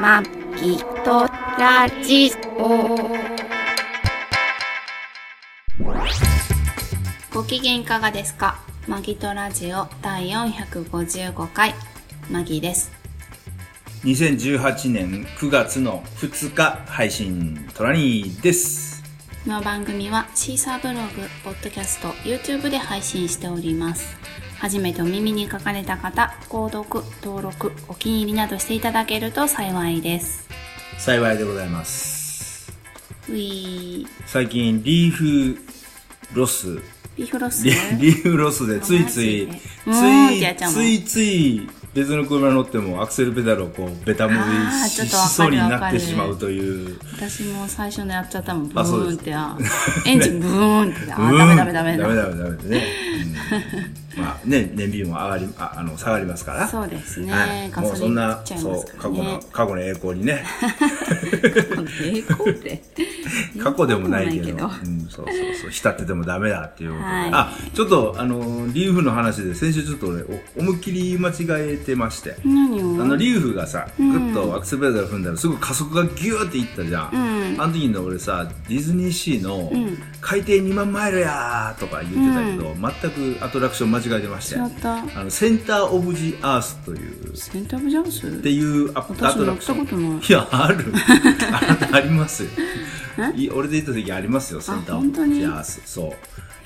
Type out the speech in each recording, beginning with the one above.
まきとラジオ。ご機嫌いかがですかマギとラジオ第455回、マギです。 2018年9月の2日配信トラニーですこの番組はシーサーブログ、ポッドキャスト、YouTube で配信しております。初めてお耳に書かれた方、購読、登録、お気に入りなどしていただけると幸いです。幸いでございますういー、最近リーフロスビフロスリリーフロスでついついつマジでうーんってやっいちゃうもんついつい別の車に乗ってもアクセルペダルをこうベタあ踏ーみちょしっしとわかるそうにわなかっるてしまうという私も最初のやっちゃったもん、ブあそーうンですって な。エンジンブーンってな。あうー、んダメダメダメダメだ。ダメダメでね、うんまあね燃費も上がりああの下がりますからそうですね。はい、ガもうソそリンん切なっ、ちゃいまそうす、か過ら去のね。、過去の栄光にね、 栄光って。過去でもないけど、栄光でもないうん、そうそうそう、浸っててもダメだっていうことで、はいあ、ちょっと、あの、リーフの話で、先週ちょっと俺、お思いっきり間違えてまして、何をあの、リーフがさ、ぐっとアクセルペダル踏んだら、すぐ加速がギューっていったじゃん。うんあの時の俺さ、ディズニーシーの、ん海底2万マイルやーとか言ってたけど、全くアトラクション間違えてまして、違ったあの、センターオブジアースという、センターオブジャンスっていうアアト私ラ乗っクショたこンとないいや、ある。あなたありますよ。い俺で行った時ありますよ、センター本当にジャース。そ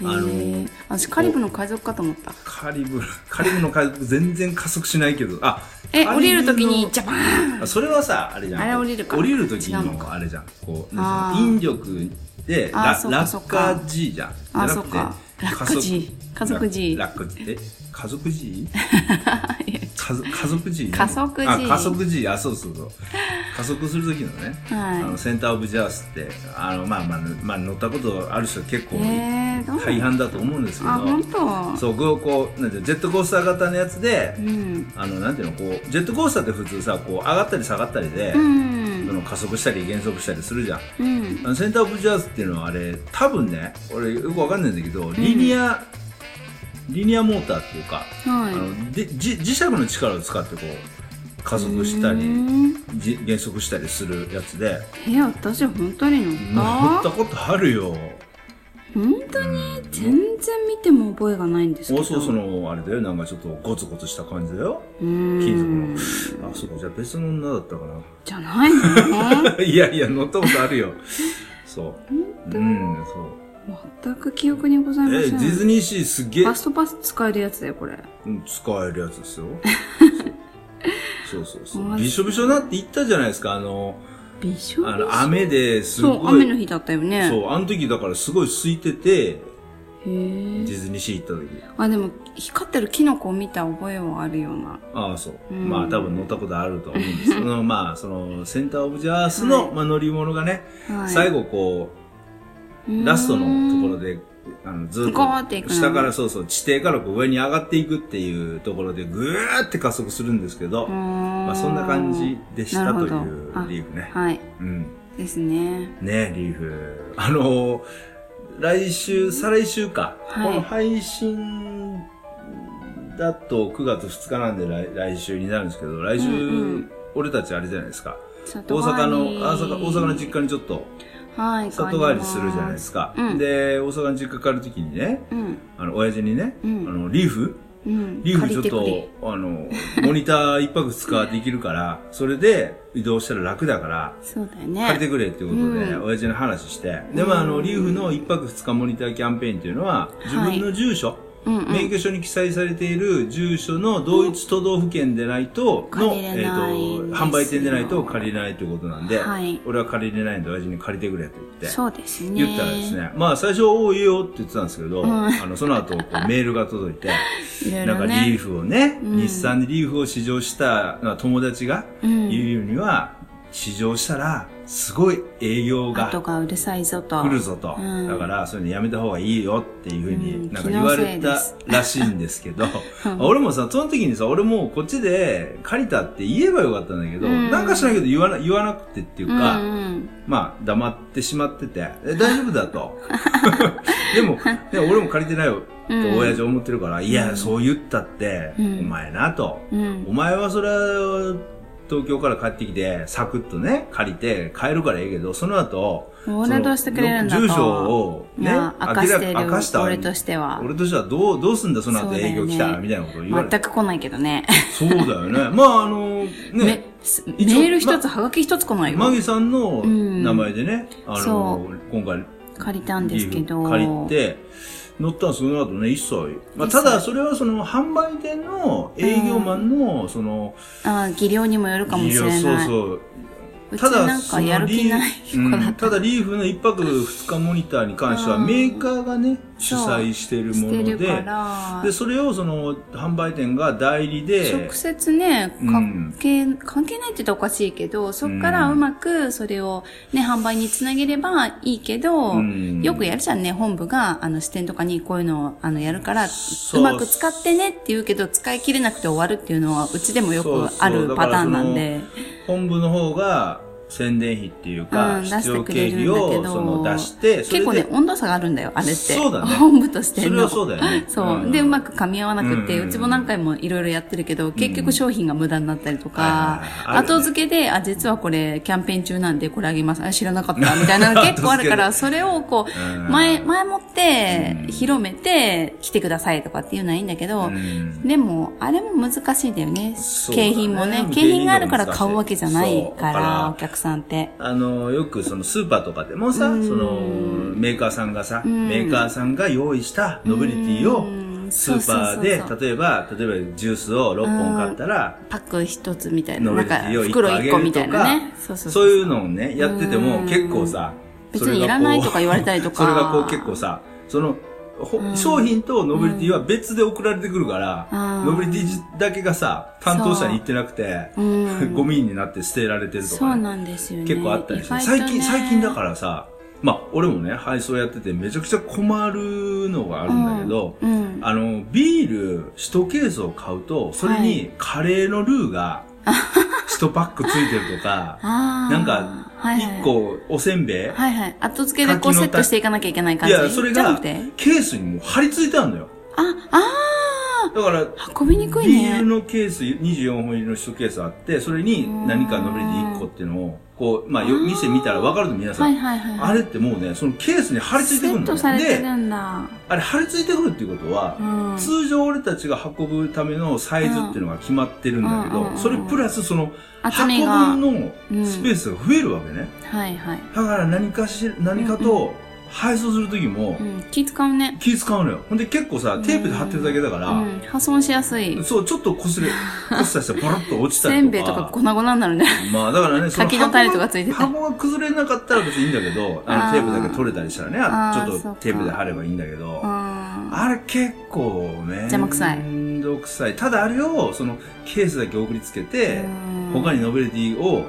う。あへのー、私カリブの海賊かと思ったカリブ、カリブの海賊全然加速しないけど、あ、えカリブの降りるときにジャバーンあそれはさ、あれじゃん。あれ降りるか降りる時違うのの、あれじゃん。こう、あなんーていうの引力で、あーらそうかそう落か下 G じゃん。あーじそゃなうくてか落下 G 加速 G 落下 G。え、加 速 G? 加速加速 G 加速 G あ加速 G あそうそうそう加速する時のね、はいあのセンターオブジャースってあのまあまあ、まあ、乗ったことある人結構えーどう大半だと思うんですけど、あ本当そうこうこうなんていうのジェットコースター型のやつで、うんあのなんていうのこうジェットコースターって普通さこう上がったり下がったりで、うんその加速したり減速したりするじゃんうんあのセンターオブジャースっていうのはあれ多分ね俺よくわかんないんだけどリニア、リニアモーターっていうかあはのでじ磁石の力を使ってこう加い速したうりんじ減速したりするやつでえ私本当に乗った乗ったことあるよ本当に全然見ても覚えがないんですけおどそうそのあれだよなんかちょっとゴツゴツした感じだよう金ん属のあそうかじゃあ別の女だったかじゃないのな いやいや乗ったこと あるよそううんそう全く記憶にございえませデんィズニーシーすげえファストパス使えるやつだよこれうん使えるや つですよそうそうそうそうマジびしょびしょになって言ったじゃないですかあのびしょびしあょの雨ですごいそう雨の日だったよねそう、あの時だからすごい空いてて、へデーィズニーシー行った時。あでも光ってるキノコを見た覚えはあるようなああ、そう。うんまあ多分乗ったことあると思うんですけ ど、まあそのセンターオブジャースの、はいまあ、乗り物がね、はい最後こう、ラストのところで、あのずっゴーっていくとの下からそうそう、地底からこう上に上がっていくっていうところでぐーって加速するんですけど、ままあそんな感じでしたというーリーフね。はいうん。ですねねリーフ。あのー来週、再来週か。はいこの配信だと9月2日なんで来来週になるんですけど、来週、うんうん俺たちあれじゃないですか。大大阪の、大阪大阪の実家にちょっとはい里帰りするじゃないですすか。うんで、大阪の実家帰るときにね、かうんあの、親父にね、うんあの、リーフうんリーフ借ちりょってくとれ、あの、モニター一泊二日できるから、それで移動したら楽だから、そうだよね借りてくれっていうことで、うん親父の話して、でもあの、リーフの1泊2日モニターキャンペーンっていうのは、自分の住所、うんうん免許証に記載されている住所の同一都道府県でないと、うんの、借りれないんですよと、販売店でないと借りれないということなんで、はい俺は借りれないんで親父に借りてくれと言って。そうですね言ったらですね、まあ最初、おういいよって言ってたんですけど、んあの、その後、こうメールが届いて、いろいなろんねかリーフをね、うん日産でリーフを試乗したまあ友達がうん言うには、試乗したら、すごい営業が後がうるさいぞと来るぞと。うんだから、そういうのやめた方がいいよっていうふううんに、なんか言われ気のたせらしいんですけど、 俺もさ、その時にさ、俺もうこっちで借りたって言えばよかったんだけど、うんなんかしないけど言わな言わなくてっていうか、うんうんまあ、黙ってしまってて、え大丈夫だと。 でも、ね、俺も借りてないよ、うんと親父思ってるから、いや、そう言ったって、うんお前なと。うんお前はそれは、東京から帰ってきて、サクッとね、借りて、帰るからええけど、その後、俺どうしてくれるんだと。住所をね、まあ明かしてる明らか明かした俺としては。俺としてはどう、どうすんだ、そのそ後うだよね営業来たら、みたいなことを言われて。全く来ないけどね。そうだよね。まあ、あの、めね、すメ一応ール一つ、はがき一つ来ないマよ。ギさんのうん名前でね、あその、今回、借りたんですけど。借りて、乗ったんですその後ね、一切。まあ、一切ただ、それはその、販売店の営業マンの、その、あー技量にもよるかもしれない。いやそうそう。うちなんそかのやる気ないリ子ーだうっんただリーフの1泊2日モニターに関してはうんメーカーがね主そう催してるしもてのるかでらで。それをその販売店が代理で直接ね、うん関係、関係ないって言ったらおかしいけど、そっからうんうまくそれをね、販売につなげればいいけど、うんよくやるじゃんね、本部が、あの、支店とかにこういうのを、あの、やるから、そううまく使ってねって言うけど、使い切れなくて終わるっていうのは、うちでもよそうくそうあるパターンなんで。本部の方が宣伝費っていうかうん必要出してくれ経る費んだけどをその出してそ結構れね、で温度差があるんだよ、あれって。そうだね本部としてそれはそうだよね そう、んで、うまく噛み合わなくって、ううんちも何回もいろいろやってるけど、結局商品が無駄になったりとかはい、はいはいあるね後付けで、あ、実はこれ、キャンペーン中なんでこれあげます。あ、知らなかった、みたい なの結構あるから、それをこう、うん前、前もってうん、広めて、来てくださいとかっていうのはいいんだけど、うんでも、あれも難しいんだよね。そうだね景品もね。景品があるから買うわけじゃないから、お客さんって。あのよくそのスーパーとかでもさそうんのメーカーさんがさんメーカーさんが用意したノベリティをうんスーパーでそうそうそうそう例えば例えばジュースを6本買ったらパック一つみたいな。ノなベんリテか、ィを1個袋あ一げ個みるたといなね。そうかそうそうそう。いうのをねやっててもうん結構さ別それにがこういらないとか言われたりとか。それがこう結構さそのほうん商品とノベリティは別で送られてくるから、うんノベリティだけがさ担当者に行ってなくて、うん、 ゴミになって捨てられてるとそうかね、なんですよね。結構あったりして、意外と最ね近最近だからさまあ俺もね配送やっててめちゃくちゃ困るのがあるんだけど、うん。あのビール1ケースを買うとそれにカレーのルーが1パックついてるとかああ。なんか はいはい1。個おせんべい、はいはい。後付けでこうセットしていかなきゃいけない感いじ。やそれじゃながくケてースにもう貼り付いてあるのよあ、あだからあ。運びにくいビーねル。のケース、24本入りの1ケースあって、それに何かノベリティ1個っていうのを、こう、まあ、よあー店見たら分かると皆さはいん。はいはい。あれってもうね、そのケースに貼り付いてくるセッのトされね。てで、るんだ。あれ貼り付いてくるっていうことうは、ん。通常俺たちが運ぶためのサイズっていうのが決まってるんだけうんうんうんうど、んそれプラスその、厚みが。運ぶのスペースが増えるわけね。はいはい。だから何かし、何かと配送するときもうん。気使うね。気使うのよ。ほんで結構さ、テープで貼ってるだけだかうら、ん。破損しやすい。そう、ちょっと擦れ、擦ったしたらボロッと落ちたりとか。せんべいとか粉々になるね。まあだからね、その柿の種とかついてて箱が崩れなかったら別にいいんだけど、ああーのテープだけ取れたりしたらね、ああーちょっそとっかテープで貼ればいいんだけど、ああれ結構ね、邪魔くさいめんどくさい。ただあれを、そのケースだけ送りつけて、他他にノベリティを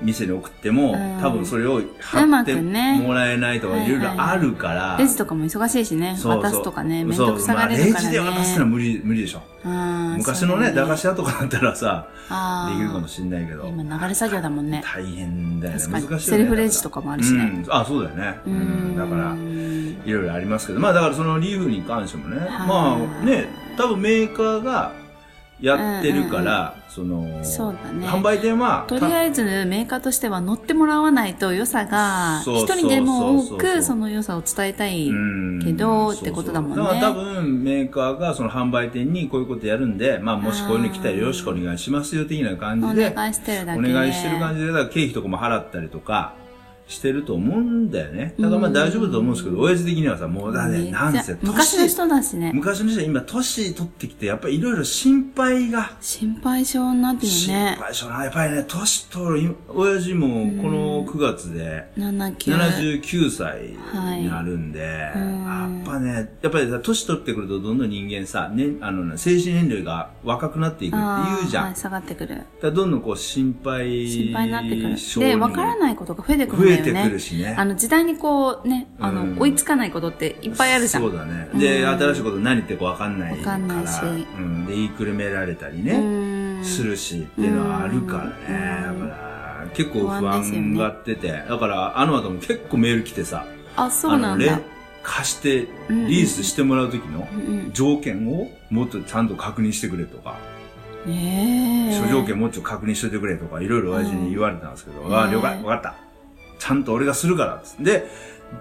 店に送ってもうん、多分それをう貼まってくねもらえないとかいろいろあるから、レジとかも忙しいしね。そうそう渡すとかね。めんそどうくそうさまがあれレるからジね。で渡すのは無理、無理でしょ。あー昔のそね、う駄菓子屋とかだったらさ、あでーきるかもしれないけど。今流れ作業だもんね。大変だよね。確か難しいよねに。。セルフレジとかもあるしね。うん、あ、そうだよね。う、うんんだからう、んいろいろありますけど、まあだからそのリーフに関してもね、はいまあね、多分メーカーがやってるから、そその、うだね販売店は、とりあえずメーカーとしては乗ってもらわないと良さが、そう一そう人でも多そうそうそうくその良さを伝えたい。うんけどそうそうってことだもんねだから多分メーカーがその販売店にこういうことやるんで、まあもしこういうの来たらよろしくお願いしますよ的な感おじで、願いしてるだおけで。願いしてる感じで、だから経費とかも払ったりとかしてると思うんだよね。だからまあ大丈夫だと思うんですけど、親父的にはさ、もうだめね、っちなゃんせ、年昔の人だしね。昔の人は今、年取ってきて、やっぱりいろいろ心配が、心配性になってる心ね。配しょな。やっぱりね、年取る、親父もこの9月で、 79。 79歳になるんで、うんやっぱね、やっぱりさ、年取ってくるとどんどん人間さ、ね、あのね、精神年齢が若くなっていくってあ言うじゃん。ーはい、だ下がってくる。からどんどんこう心配、心配になってく性る。にで、わからないことが増えてくるん増だえよてね。くるしね。あの、時代にこうね、あの、うん追いつかないことっていっぱいあるじゃん。そうだね。で、うん新しいこと何言ってるかわかんないかわら。かんないしうん。で、言いくるめられたりうね、ーんするしっていうのはあるからね。うんだから、結構不不安ですよ安ねがってて。だから、あの後も結構メール来てさ、あ、そうなあんのだね。、貸して、リースしてもらう時のうんうん条件をもっとちゃんと確認してくれとか。ええ諸条件もうちょっと確認しといてくれとか、いろいろ親父に言われたんですけど、うんああ、ね了解、わかった。ちゃんと俺がするからっつって。で、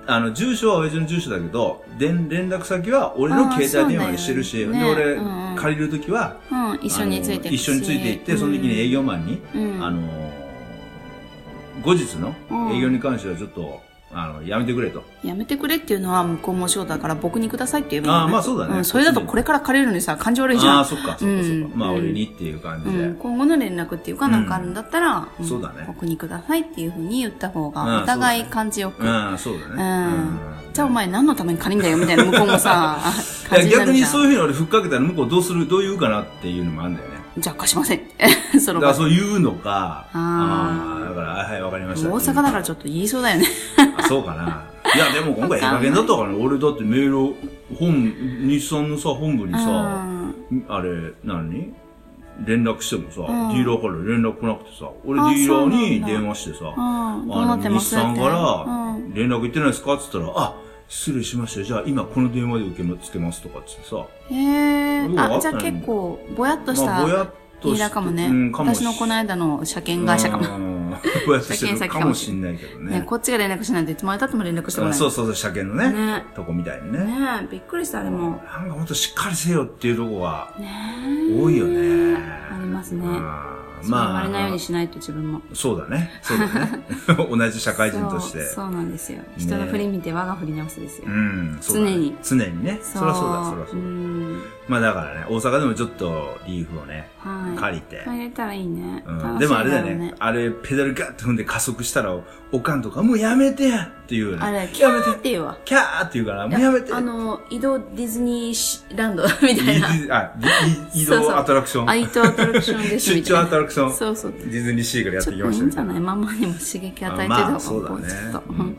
あの、住所は親父の住所だけど、でん連絡先は俺の携帯電話にしてるし、ああそうで、だよね俺、うんうん借りるときは、うん、一緒についてあくのし一緒について行って、その時に営業マンに、うん、うんあのー、後日のうん営業に関してはちょっと、あの、やめてくれと。やめてくれっていうのは向こうも仕事だから僕にくださいって言えばいいあよあ、ねまあそうだね。うん、それだとこれから借りるのにさ感じ悪いじゃああ、ん、そっか、そっか、そっうんか。まあうん俺にっていう感うじで。ん、今後の連絡っていうかうんなんかあるんだったら、んそうだね僕にくださいっていうふうに言った方うんがお互い感じよく、うん、そうだうね。んじゃあお前何のために借りんだよみたいな向こうもさいや感じにな逆るじにゃんそういうふうに俺ふっかけたら向こうどうするどう言うかなっていうのもあるんだよね。じゃあ貸しませんって そだのから場そう言うのか、あああーだから、はい、わかりま大した。阪だからちょっと言いそうだよね あそうかな。いや、でも今回ええ加減だったからね。俺だってメールを、本、日産のさ、本部にさ、あれ、何連絡してもさ、んディーラーから連絡来なくてさ、俺あーディーラーにそうなんだ電話してさ、うん、うん、どうあなの、って日ます産かうらん、連絡行ってないですかって言ったら、あ、失礼しました。じゃあ今この電話で受け付けますとかっつってさ、へえうわあじゃあ結構ぼやっとしまあたぼやっとリしーダーかもね、うんかもし私のこの間の車検会社かも、も。 ぼやっとして車検る先かもしんないけどね。ね、こっちが連絡しないといつまでたっても連絡してこうなんいそうそうそう、車検のね、ねとこみたいにね。ねえびっくりしたあれもなんかほんとしっかりせよっていうとこがねえ多いよね。ありますねあーまあ言われないようまにあ、しないと自分もそうだね。そうだね。 同じ社会人として。そうそうなんですよ人の振り見て我が振り直すですよ、うん、そうだね常に常にね。そりゃそうだ、そりゃそうだ。んまあだからね、大阪でもちょっとリーフをね、はい借りて。借りれたらいいね、うん、楽しいでもあれだよろうね。あれ、ペダルガッと踏んで加速したら、おかんとか、もうやめてやっていうよね。あれキやャめ。ーってて言うわキャーって言うから、もうやめて。あの移動ディズニーランドみいたいなじあ い移そうそう動アトラクショアン。イトアトラクションです出みたい張なアトラクション。そうそうディズニーシーからやっちてょっきといまいしたんじゃないママにも刺激与えていたま方あ、そうだが、ねちょっと、。ううんん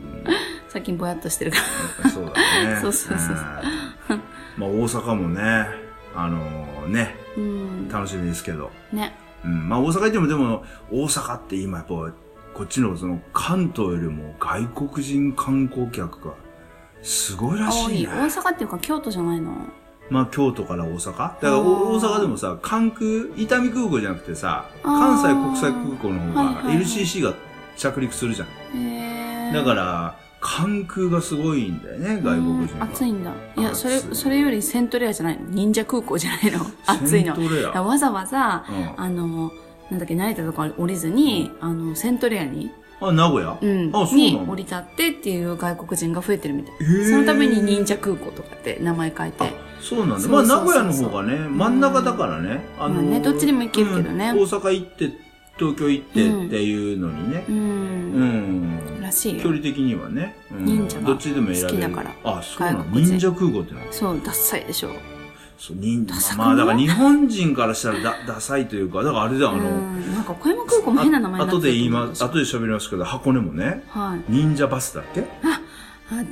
最近ぼやっとしてるからうんそうだね。 そうそうそうそうんまあ、大阪もね、あのね、うん楽しみですけど。ねうん、まあ、大阪行っても、でも、大阪って今やっぱ、こっちのその関東よりも外国人観光客がすごいら多しいいね。大阪っていうか京都じゃないのまあ、京都から大阪だからお大阪でもさ、関空、伊丹空港じゃなくてさ、あー関西国際空港のはい方はいがはい LCC が着陸するじゃん。へーだから、関空がすごいんだよね、外国人うんが。暑いんだいやそれ暑いそれよりセントレアじゃないの忍者空港じゃない の暑いのセントレだからア。わざわざうん、あ、あのなんだっけ成田とか降りずに、あのセントレアに、名古屋うん、あそうなにの降り立ってっていう外国人が増えてるみたいへーそのために忍者空港とかって名前変えてそうなんだ。そまうあ、そうそ名う古屋の方がね、真ん中だからね。あのーまあねどっちでも行けるけどねうん大阪行って、東京行ってっていうのにねう。ん、うん。らしいよ距離的にはね。うん忍者がどっちでも選べる。好きだからあ、そうなの外国人忍者空港ってのは。そうダッサいでしょそう、忍ダサ者。くないまあ、だから日本人からしたらだダサいというか、だからあれだよ、あうの、ん、なんか小山空港も変な名前あにな後ってでる言いと思うま、後で喋りますけど、箱根もね、はい忍者バスだっけあっ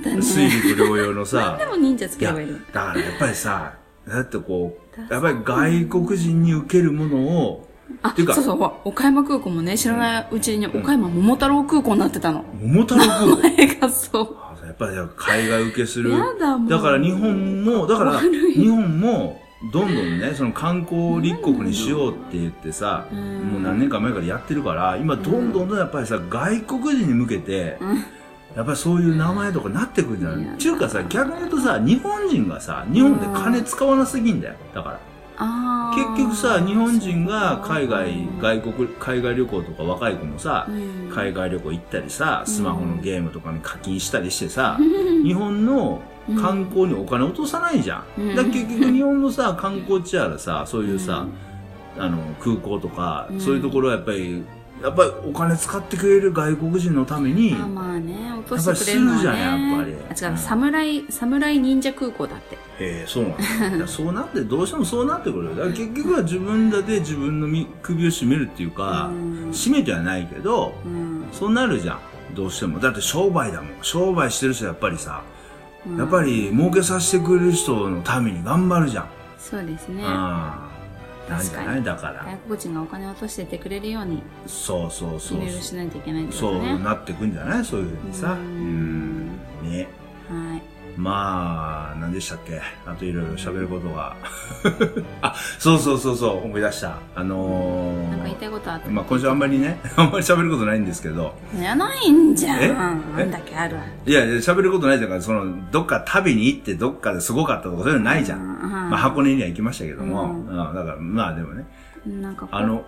たね水陸両用のさで、も忍者つければいいのだからやっぱ りさ、だってこう、やっぱり外国人に受けるものを、あていうかそうそうほら岡山空港もね知らないうちに岡山桃太郎空港になってたの、桃太郎 こ空港。れがそあやっぱり海外受けすうる。やだもんだから日本も、だから日本も、どんどんね、その観光立国にしようって言ってさ、うんもう何年か前からやってるから、今どんどんどんやっぱりさ、外国人に向けて、うんやっぱりそういう名前とかなってくるんじゃいなやいっていうかさ、逆に言うとさ、日本人がさ、日本で金使わなすぎんだよ。だから。あー結局さ日本人が海外そう外国海外旅行とか若い子もさ、うん海外旅行行ったりさスマホのゲームとかに課金したりしてさ、うん日本の観光にお金落とさないじゃうん、んだから結局日本のさ観光地やらさそういうさ、あの空港とか、うんそういうところはやっぱりやっぱりお金使ってくれる外国人のために、あまあね落としてくれるのはねやっぱりするじゃんやっぱりあ違う侍侍忍者空港だってええそうなんだだからそうなってどうしてもそうなってくるよだから結局は自分らで自分の身首を絞めるっていうか、うん締めてはないけど、うんそうなるじゃん。どうしても。だって商売だもん。商売してる人はやっぱりさ、うんやっぱり儲けさせてくれる人のために頑張るじゃん。そうですねうん。なんじゃないだから。外国人がお金を落としてってくれるようにそうそういそうろいろ。しないといけないってこそとうねなってくんじゃないそういうふうにさ。ううんん。ね。はいまあ、何でしたっけあといろいろ喋ることが。 あ、そうそうそうそう、思い出した。あのーなんか言いたいことあったまあ今週あんまりね、 あんまり喋ることないんですけど、いやないんじゃえん。えなんだっけあるわ。いや、いや喋ることないじゃんか、その、どっか旅に行ってどっかですごかったとか、そういうのないじゃん。うんまあ箱根には行きましたけども、うんうんだから、まあでもね、なんかこあの、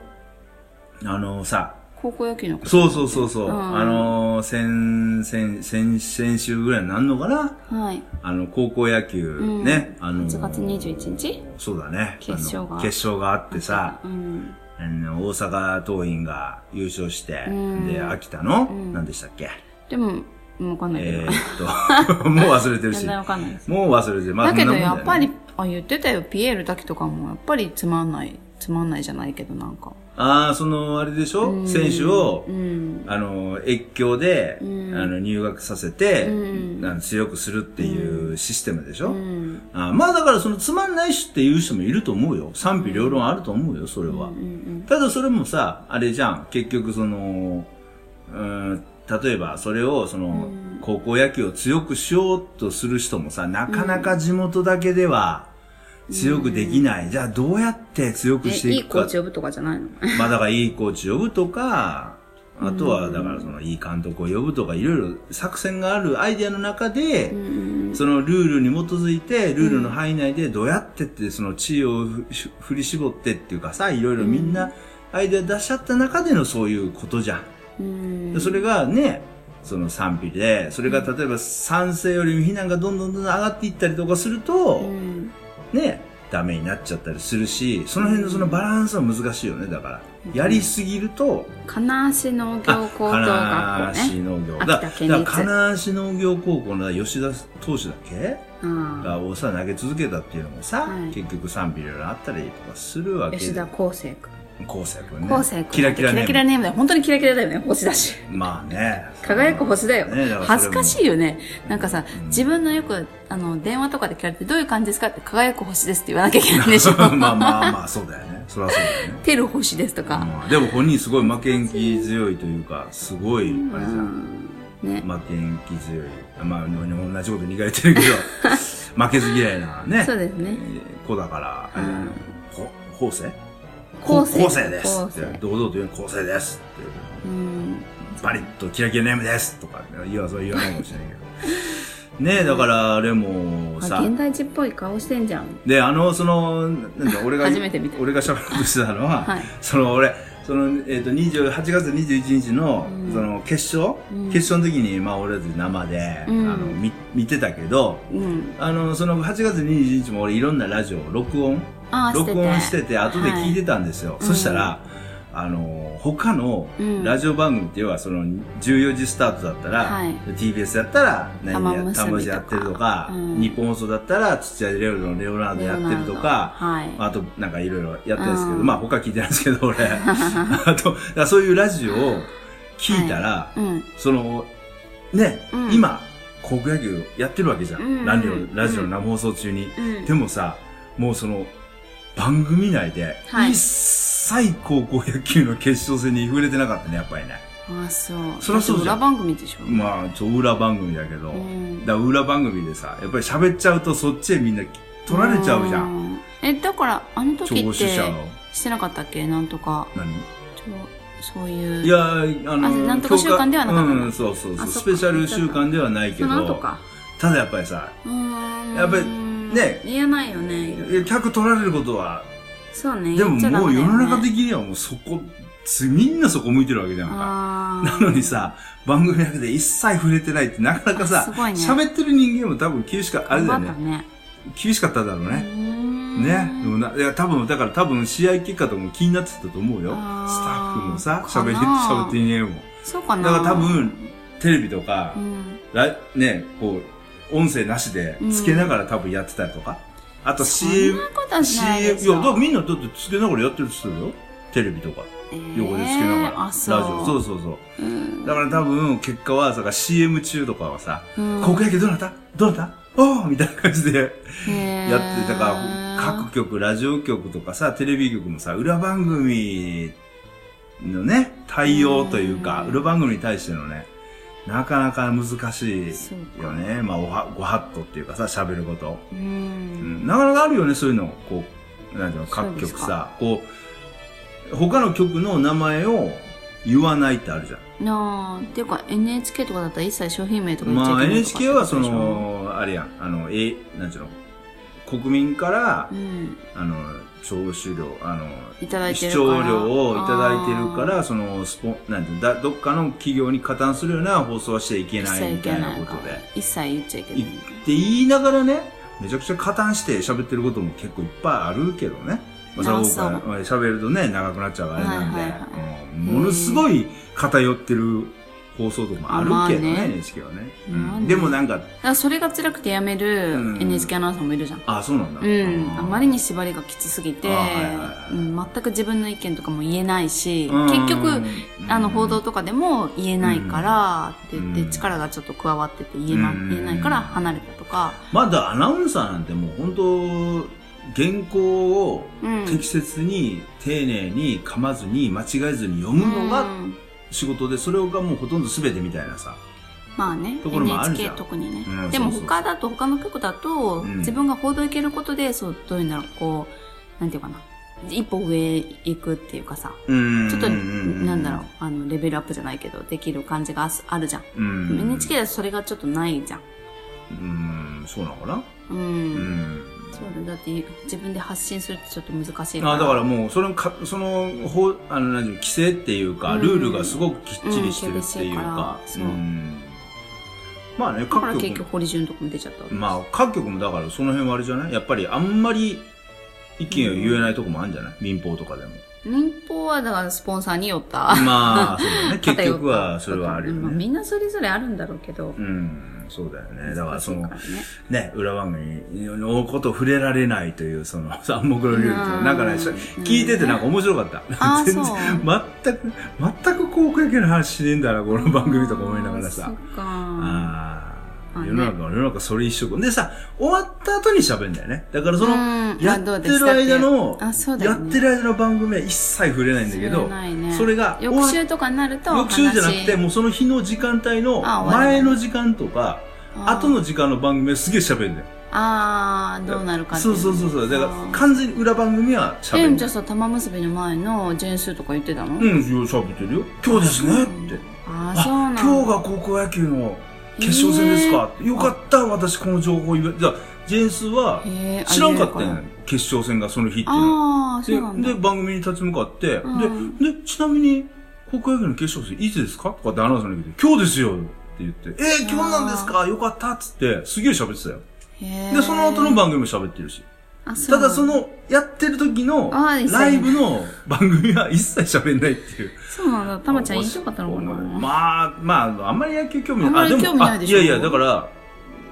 あのさ、高校野球のこと。そうそうそうそう、うんあのー、先、先、先、先週ぐらいになんのかなはい。あの、高校野球うんね、あの8ー、月21日そうだね。決勝があの決勝があってさ、うん。あの大阪桐蔭が優勝して、うんで、秋田の、ん何でしたっけでも、もうわかんないけどえ。ーっと、 もう忘れてる全し。然もわかんないです。う忘れてる。まあだけどそんなやもんっぱよねり、あ、言ってたよ、ピエール滝とかも、やっぱりつまんない、つまんないじゃないけど、なんか。ああ、その、あれでしょ、うん選手をう、ん。あの、越境で、うんあの、入学させて、うんあの強くするっていうシステムでしょ、うん。あーまあだからそのつまんないしっていう人もいると思うよ。賛否両論あると思うよ、それは。うんうんただそれもさ、あれじゃん、結局その、うーん、例えばそれをその、うん高校野球を強くしようとする人もさ、なかなか地元だけでは強くできない。じゃあどうやって強え、くしていいいくコか。ーチ呼ぶとかじゃないの まあだからいいコーチ呼ぶとか、あとはだからそのいい監督を呼ぶとか、いろいろ作戦があるアイデアの中で、うんうんそのルールに基づいて、ルールの範囲内でどうやってって、その地位をふし振り絞ってっていうかさ、いろいろみんなアイデア出しちゃった中でのそういうことじゃん。うん。でそれがね、その賛否で、それが例えば賛成よりも非難がどんどんどんどん上がっていったりとかするとう、ん。ね、ダメになっちゃったりするし、その辺のそのバランスは難しいよね、だから。やりすぎると、金足農業高等学金校足ね。農業。秋田だだか県立ら金足農業高校の吉田投手だっけあが大さ投げ続けたっていうのもさ、はい結局賛否いろいろあったりとかするわあ。けで吉田康生君。昴生君ね康生君。キラキラキねラキラネームだよ。本当にキラキラだよね、星だし。まあね輝く星だよ。ねだからそれも恥ずかしいよね。なんかさ、うん自分のよく、あの、電話とかで聞かれて、どういう感じですかって、輝く星ですって言わなきゃいけないんでしょ。 まあまあまあそうだよねそりゃそうだよねてる星ですとか。まあでも本人すごい負けん気強いというかすごいあれじゃん、うんね。負けん気強いまあ同じこと2回言ってるけ ど負けず嫌いなねそうですね。子だからあれだよねこ昴生昴生昴生です昴って生堂々と言う昴生ですっていううん。パリッとキラキラネームですとか、いや、それ言わないかもしれない けど。ねえ、だから、あれもあさ、現代人っぽい顔してんじゃん。で、あの、その、なんだ、俺が、初めて見た俺が喋ろうとしてたのは、はいその、俺、その、えっ、と、28月21日の、うんその、決勝、うん決勝の時に、まあ、俺たち生で、うんあの、見、見てたけど、うん。あの、その、8月21日も俺、いろんなラジオを録音、ああ、してて。録音してて、後で聞いてたんですよ。いそしたら、あの、他のうんラジオ番組っていうのは、その、14時スタートだったら、はい TBS だったら、玉何結びで、とかたまじやってるとか、うん日本放送だったら、土屋レオのレオナルドやってるとか、はい。あと、なんかいろいろやってるんですけど、うんまあ他聞いてないんです けど、俺。あと、だからそういうラジオを聞いたら、うん。その、ね、うん今、高校野球やってるわけじゃん。うんラジオうん、ラジオの生放送中に。うん。でもさ、もうその、番組内で、はい一切高校野球の決勝戦に触れてなかったね、やっぱりね。ああ、そう。そりゃそうじゃんだって裏番組でしょ。まあ、ちょ、裏番組だけど、うんだから裏番組でさ、やっぱり喋っちゃうとそっちへみんな取られちゃうじゃん。ん。え、だから、あの時聴っ取て者、の。してなかったっけなんとか。何ちょそういう。いやー、あのー、あなんとか週間ではなかったのうん、そうそうそあう。そっスかペシャル週間ではないけその後ど、か。ただやっぱりさ、うーん。やっぱりね言えないよね。いろいろ客取られることは、そうね。でも言っちゃダもうメだ世よねの中的にはもうそこ、つみんなそこ向いてるわけじゃんか。あなのにさ、番組だけで一切触れてないってなかなかさす、ごいね喋、ってる人間も多分厳しか、ああれだよ頑ね。張っ厳しかっただろうたね。ね。うーんね。でもな、いや、多分、だから多分試合結果とかも気になってたと思うよ。スタあーッフもさ、かな喋り、喋ってねえもん。そうかだな。から多、分、テレビとかう、ん。らね、こう、音声なしでつけながら多分やってたりとか。あとそ CM んな、ことはしないで CM、いしや、ょ。だからみんなだってつけながらやってるって言ってたよ。テレビとか、えー横でつけながら。あ、そう。ラジオ、そうそうそうう。ん。だから多分、結果は、さ、CM 中とかはさ、うん高校野球どうなったどうなったおーみたいな感じでやって、へーだから、各局、ラジオ局とかさ、テレビ局もさ、裏番組のね、対応というか、うん裏番組に対してのね、なかなか難しそういよね。まあ、おは、ごはっとっていうかさ、喋ること。ううんんなかなかあるよね、そういうの。こう、なんていうの、そう各ですか曲さ、こう、他の曲の名前を言わないってあるじゃん。なあっていうか NHK とかだったら一切商品名とか言っちゃまあいけないとかって NHK ことはでしそょのあれやんあのえなんちゅうの国民からうんあの聴取料あのいただいて視るか聴ら料をいただいてるからそのスポなんていうのだどっかの企業に加担するような放送はしちゃいけ一ない切みいたけいなないこかとで一切言っちゃいけない言って言いながらねめちゃくちゃ加担して喋ってることも結構いっぱいあるけどねまあそれはあ僕はそ喋るとね長くなっちゃうあれなんで、はいはいはうんものすごい偏ってる放送とかもあるけどね,、まあね NHK はね、うまあん、ねでもなんかだからそれが辛くてやめるうん NHK アナウンサーもいるじゃんあ、そうなんだ。うん、あまりに。に縛りがきつすぎて、あーはいはいはいうん、全く自分の意見とかも言えないし、うん結局、、うんあの報道とかでも言えないからって言って、うん力がちょっと加わってて言えな,、うん言えないから離れたとか、まだアナウンサーなんてもう本当、原稿をうん、適切に、丁寧に、噛まずに、間違えずに読むのうがん仕事で、それがもうほとんど全てみたいなさ。まあねところもあるじゃん NHK 特にね、うんでもそうそうそ他うだと他の局だと、うん自分が報道行けることでそうどういうんだろうこうなんていうかな一歩上へ行くっていうかさうんちょっと、なんだろうあのレベルアップじゃないけどできる感じがあすあるじゃんう。うん。 NHK だとそれがちょっとないじゃん。うん、そうなのかなうん。うん。そうだ、だって自分で発信するってちょっと難しいから。あだからもう、そのか、その、ほあの、なんていうの規制っていうか、うんルールがすごくきっちりしてうるっていうかん厳。しう。いからそうんまあね、だか各ら局結局堀潤とかも出ちゃったわけですまあ、各局もだからその辺はあれじゃないやっぱりあんまり意見を言えないとこもあるんじゃない、民放とかでも。民放はだからスポンサーによった。まあ、 そうだね。偏っ結た局はそれはあるよまね。みんなそれぞれあるんだろうけど。うん、そうだよね。だからその難、しね、裏番組のことを触れられないという、その、 暗黙のルールっていうのはなんかね、うん聞いててなんか面白かった。あー全そう然、全く、全く高校野球の話しねえんだな、この 番組とか思いながらあさー。そっか。あまああー、ね世の中は世の中それ一色。でさ、終わった後に喋るんだよね。だからその、うんやってる間の、あそうだやよっねてる間の番組は一切触れないんだけ触どれない、ねそれが、翌週とかになると。終わ翌週じゃなくて、話もうその日の時間帯のあ終わらない前の時間とか、あー後の時間の番組はすげえ喋るんだよ。あー、どうなるかっていそうね。そうそうそう。だかあらー完全に裏番組は喋えるんじだゃあよ。さ玉結びの前のジェーンスーとか言ってたの、うん、いや喋ってるよ。今日ですねって。あああそうなんだ今日が高校野球の決勝戦ですか、よかった、私この情報言え、じゃあジェンスはへー知らんかったやあ言えるん、決勝戦がその日っていうの。ああそうなんだでで、番組に立ち向かって、うんで、で、ちなみに、高校野球の決勝戦いつですかとかってアナウンサーに聞いて、今日ですよって言って、えー、今日なんですかよかったっつって、すげえ喋ってたよ。へーで、その後の番組も喋ってるし。あうただその、やってる時の、あー一切ライブの番組は一切喋んないっていう。そうなんだ玉ちゃん言いたかったのかなまあ、まあ、あんまり野球興味あんまりあも興味ないでしょあいやいや、だから、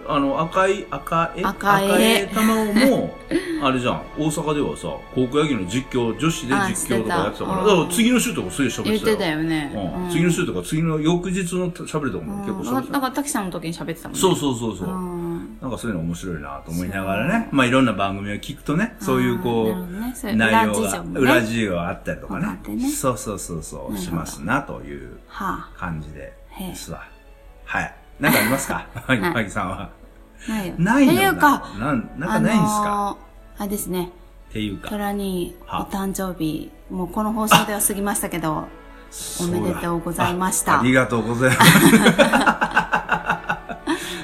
あの、赤い、赤え赤え玉をも、 あれじゃん、大阪ではさ、高校野球の実況、女子であ実況とかやってたかしてたら、だから次の週とかすげえ喋言っってたてよ。たよね、うんうん次の週とか、次の翌日の喋るとかうもん結構だ喋ってだた。から滝さんの時に喋ってたもんねそうそそうそうそう。んなんかそういうの面白いなと思いながらね。まあいろんな番組を聞くとね、そういうこ、あーなるほどねそうういう裏事情、も内容がね裏事情があったりとか分かってね。ねそうそうそうそなるほう、どしますなというは感じでへえすわ。はい。なんかありますか は い、はいマギさんは。あないよないのっていうかなん、なんかないんですかあのーあれですねっていうか。虎におは誕生日もうこの放送では過ぎましたけどおめでとうございましそうだたあありがとうござ います。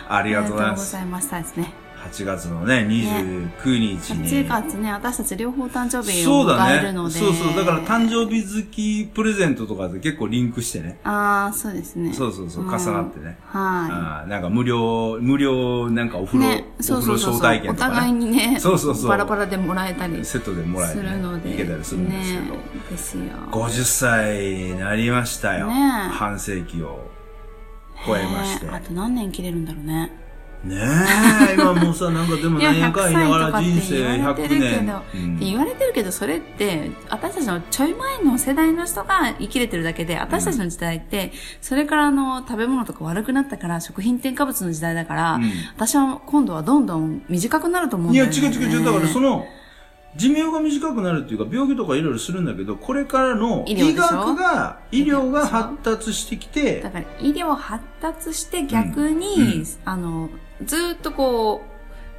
ありがとうございまおめでとうごす。ざいましたですね8月のね、29日に。 8月ね、私たち両方誕生日そをうだ迎ね。えるので。そうそう。だから誕生日好きプレゼントとかで結構リンクしてね。ああ、そうですね。そうそうそう。ん重なってね。はああなんか無料、無料、なんかおい。風呂、ね、そうそうそうそお風呂招う、待券おとか、ね。互いにね、そうそうそうバラバラでもらえたりすセットでもらえて、るので。いけたりするんですけど。ね、ですよ。 50歳になりましたよ。ね半世紀を超えまして。ねあと何年切れるんだろうね。ねえ、今もうさ、なんかでもいや、何や100かん歳言いなとがからって人生言われてるけど、 100年。って言うんわれてるけど、それって、私たちのちょい前の世代の人が生きれてるだけで、私たちの時代って、それからあの、食べ物とか悪くなったから、食品添加物の時代だから、うん私は今度はどんどん短くなると思うんいだや、よ違うね。違う違う。だからその、寿命が短くなるっていうか、病気とかいろいろするんだけど、これからの医療で医しょ学が、医療医療でがしょ発達してきてだ、から医療発達して逆に、うんうんあの、ずーっとこ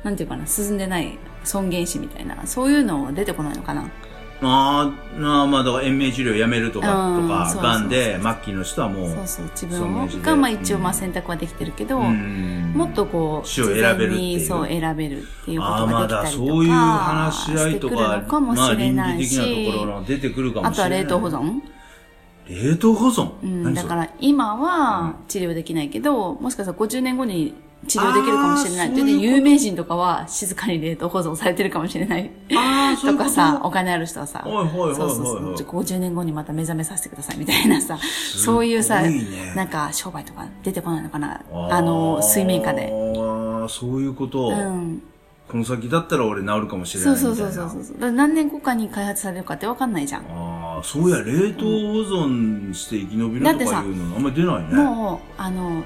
う、なんていうかな、進んでない尊厳死みたいな、そういうの出てこないのかな。あーまあ、まあ、だから延命治療やめるとか、うんとかそうそ、うがんで、末期の人はもそうう、そう、自分尊厳死でが、まあ一応、うんまあ選択はできてるけど、うんもっとこう、死を選べるって自いう然にそう、選べるっていうこああとまがあできただりとか、そういう話し合いとしてくるかのかもまあしれ倫ない理的し、なところが出てくるかもあしとれはない冷凍保存冷凍保存、うん、何だそれから今は治療できないけど、もしかしたら50年後に治療できるかもしれないっていうねあーそういうこ有名人とかは静かに冷凍保存されてるかもしれない。ああそういとうこかさ、お金ある人はさ、おいおいおいおいおいそうそうそう、ちょ50年後にまた目覚めさせてくださいみたいなさ、そういうさ、すごいねなんか商売とか出てこないのかな、あーあの、水面下で。ああそういうこと、うん。この先だったら俺治るかもしれなそいうみたいそなうそうそうそう。だから何年後かに開発されるかってわかんないじゃん。ああそうや冷凍保存して生き延びるだってとさかいうのあんまり出ないねもう、あの、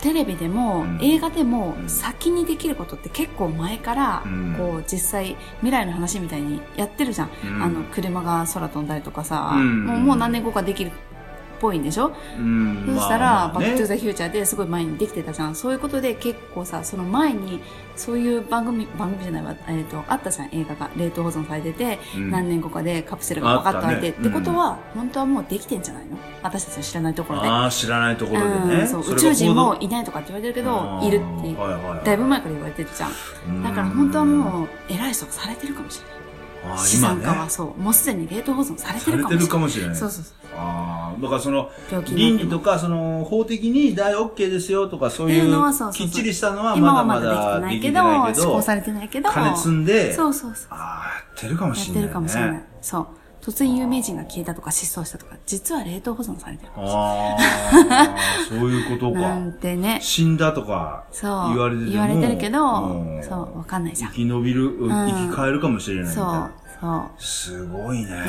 テレビでも、うん映画でも、うん先にできることって結構前から、うんこう、実際、未来の話みたいにやってるじゃん。うんあの、車が空飛んだりとかさ、うんもうもう何年後かできるっぽいんでしょ、うんそしたら、まあまあバックトゥねザフューチャーですごい前にできてたじゃん。そういうことで結構さ、その前に、そういう番組、番組じゃないわ、えっ、と、あったじゃん、映画が。冷凍保存されてて、うん何年後かでカプセルが分かって開いて。あっったねてことは、本当はもうできてんじゃないの私たちの知らないところで。ああ知らないところでね、うん、そうそ宇れが宙人も報道いないとかって言われてるけどあ、ーいるって、はいはいはいだいぶ前から言われてるじゃん。うんだから本当はもう、偉い人がされてるかもしれない。あー資今産ね家はそう、もうすでに冷凍保存されてさるれかてもしるれかない。もしれないそうそうそう。ああだからその病気に倫なって理もとかその法的に大 OK ですよとかそういっていうのはうそうそうそきうっちりしたのはま今はだままだだででききててなないいけけど、施ど行されてないけど、金積んでそうそうそう。ああやってるかもやしってれない、ね、るかもしれない。そう。突然有名人が消えたとか失踪したとか、実は冷凍保存されてる。ああそういうことな かんてね。死んだとかそう。言われてても言われてるけうど、んそう、わかんないじゃ生ん。き延びる、ん生き返るかもしれないみたいそうな、そう。すごいねね、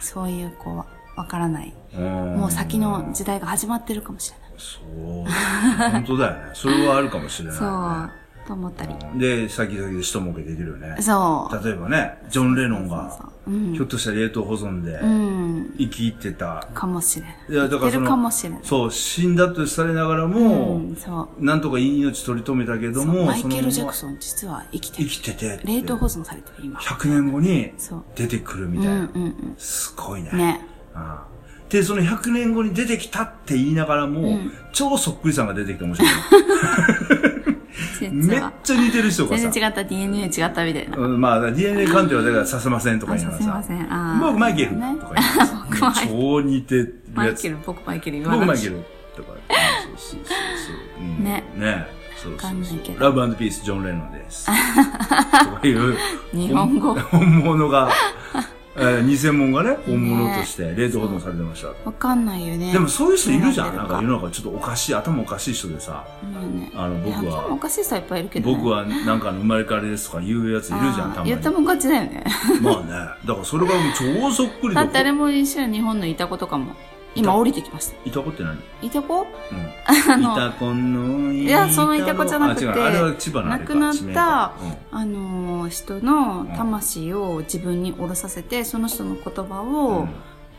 そういうこう、わからない。ももう先の時代が始まってるかもしれない。そう本当だよねそれはあるかもしれない、ね、そう、と思ったり。で、先々で一儲けできるよね。そう。例えばね、ジョン・レノンそうが、そううんひょっとしたら冷凍保存でうん、生きてた。かもしれない。いや、だ言っからてそるかの、もしれない。そう、死んだとされながらうも、ん、そう。なんとか命取り留めたけどそうも、マイケそのル・まジャまクソン実は生きて生る。きてて、冷凍保存されてる、今。 100年後にそう出てくるみうたんいうな。んすごいねうん。ね。ああで、その100年後に出てきたって言いながらも、うん超そっくりさんが出てきて 面白い。実めっは。ちゃ似てる人がさ全、然違った DNA 違ったみたいな。うん、まあ DNA 鑑定はだからさせませんとかあ、言いすいながらまさせ、ん。あー僕マイケルとねか言い僕まマイケすル。 超似てるマやイつケル、僕マイケル言わ僕なマいイケルとかそうそうそうそう、うんねねそうそわかんうないそけうどラブピースジョン・レノンですとかいう日本語本本 物が、えー、偽物がね本物として冷凍保存されてました、わかんないよね。でもそういう人いるじゃんそうななんだよんか世の中ちょっとおかしい頭おかしい人でさまあねあのいや僕頭おはかしい人はいっぱいいるけど、ね。僕はなんかの生まれ変わりですとか言うやついるじゃあんーたまに言ったもん勝ちだよね。 まあね。だからそれがもう超そっくりだだってあれも一緒に日本のいた子とかも、今降りてきました。いたこって何うん。いた子あの、いたこのいいやそのいたこじゃなくてあ違うあれは千葉のあれ亡かくなった地名かあのー人の魂を自分に降ろさせて、その人の言葉うんを、うん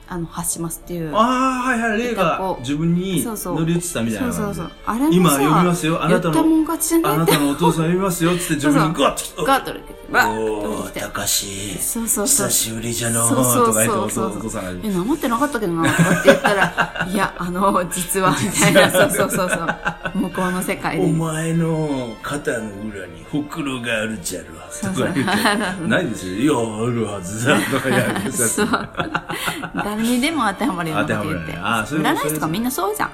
あの、発しますっていう。ああ、はいはい、霊いたがこ自分にそうそう乗り移ったみたいそなうそう感じそで。う。あれも今さ、呼びますよ。あなた言ったもの、ん勝ちじゃねあなたのお父さん呼びますよ。つって自分にグワッと。ガードルで、バーッと降りてきて。かしそうそうそう。ぶりじそうそうそうとか言っておそうそう父お父さんえ、が。なまってなかったけどな、とかって言ったら、 いや、あの、実は、みたいな、そうそうそうそう。向こうの世 界で。前の肩の裏にほくろがあるじゃろそうとそうか言 ってないですよいやあるはずだとかやるやつそう誰にでも当てはまるようなこと言っ当ててはまるねあそういうこと占い師とかみんなそうじゃん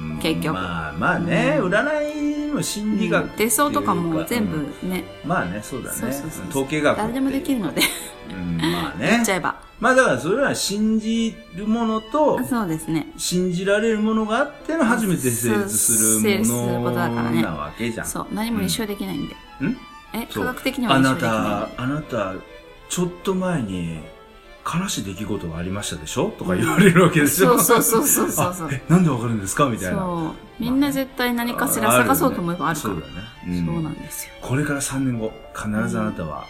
うん結局まあまあね、占いの心理学って手いうか、相とかも全部うんね、まあねそうだねそうそうそう統計学っていう誰でもできる のでうんまあ言ねっちゃえばまあだからそれは信じるものとそうですね信じられるものがあっての初めて成立するそう成立するもこのとだからねなわけじゃんそう何も立証できないんで、うんえそ科う学的にはあ立な証できないたあなたちょっと前に悲しい出来事がありましたでしょとか言われるわけですそようそうそうそうそ あうそうえなんでわかるんですかみたいなそうみんな絶対何かしら探そうと思えばあるからそうだね、んそうなんですよこれから3年後必ずあなたは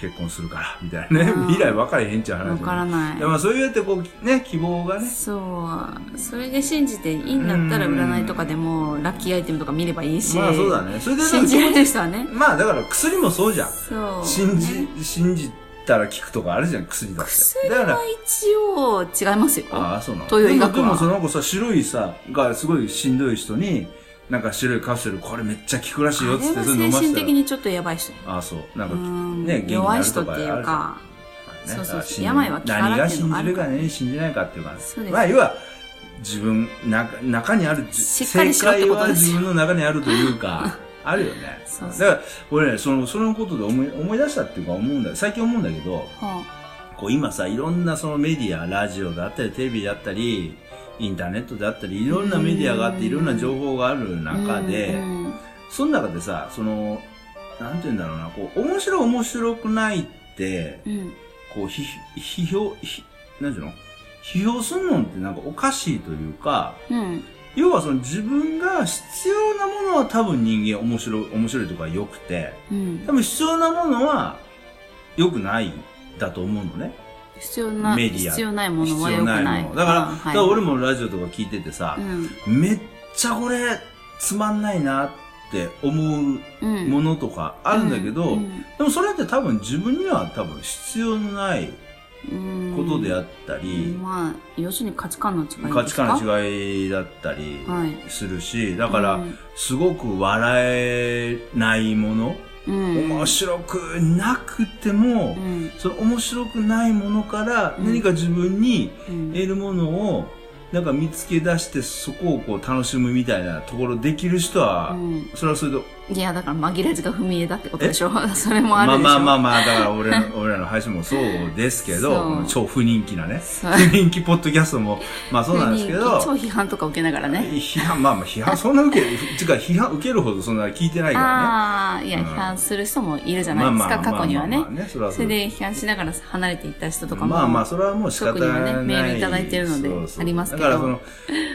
結婚するから、みたいなね。未来分かれへんちゃう話。わからないいやまあそうやってこう、ね、希望がね。そうそれで信じていいんだったら占いとかでもラッキーアイテムとか見ればいいし、まあそうだね。それでなんか信じられる人はねまあだから薬もそうじゃん。そう信ねじ、信じたら効くとかあるじゃん、薬だって。薬だかはら、一応違いますよああ、そうなの。東洋医学はでもその子さ、白いさ、がすごいしんどい人に、なんか白いカプセル、これめっちゃ効くらしいよっつって、あそれれ飲はま精神せたら的。にちょっとやばい人ああ、そう。なんうか、んね、元気にな弱いる人とってかいうかそねうそうそうだから信じ病は気から何がっていうの信があじるるかからね、信じないかっていうか、ね、そうですまあ、要は、自分、な中にある、じしっかりしろってことですよ正解は自分の中にあるという か、あるよね。そうそうだから、俺ね、その、そのことで思い、思い出したっていうか思うんだ最近思うんだけど、はこう今さ、いろんなそのメディア、ラジオだったり、テレビだったり、インターネットだったり、いろんなメディアがあっうんて、いろんな情報があるあ中で、うんうんその中でさ、その、なんて言うんだろうな、こう、面白い面白くないって、うんこう、ひ、批評、ひ、なんていうの批評するのってなんかおかしいというか、うん要はその自分が必要なものは多分人間面白い、面白いとか良くて、うん多分必要なものは良くないだと思うのね。必要なメディア必要ないものは良必要くないないもの。だから、あはいだから俺もラジオとか聞いててさう、んめっちゃこれつまんないなって思ううんものとかあるんだけど、うんでもそれって多分自分には多分必要のないうんことであったり、まあ要するに価値観の違いですか価値観の違いだったりはいするし、だからうんすごく笑えないもの、うん面白くなくても、うんその面白くないものからうん何か自分に、うん得るものをなんか見つけ出してそこをこう楽しむみたいなところできる人は、うんそれはそれでいやだから紛れずが踏み絵だってことでしょ それもあるまであしょまあまああまあだから俺の俺らの配信もそうですけそどう超不人気なねそう不人気ポッドキャストもまあそうなんですけど超批判とか受けながらね批判まあまあ批判そんな受け るてか批判受けるほどそんな聞いてないかああいやうん批判する人もいるじらゃねないですまあか過去にはねまあまあそれはそれで批判しながら離れていった人とかもまあまあそれはもう仕方特にはなねい、メールいただいてるのでそうそうありますけどだからその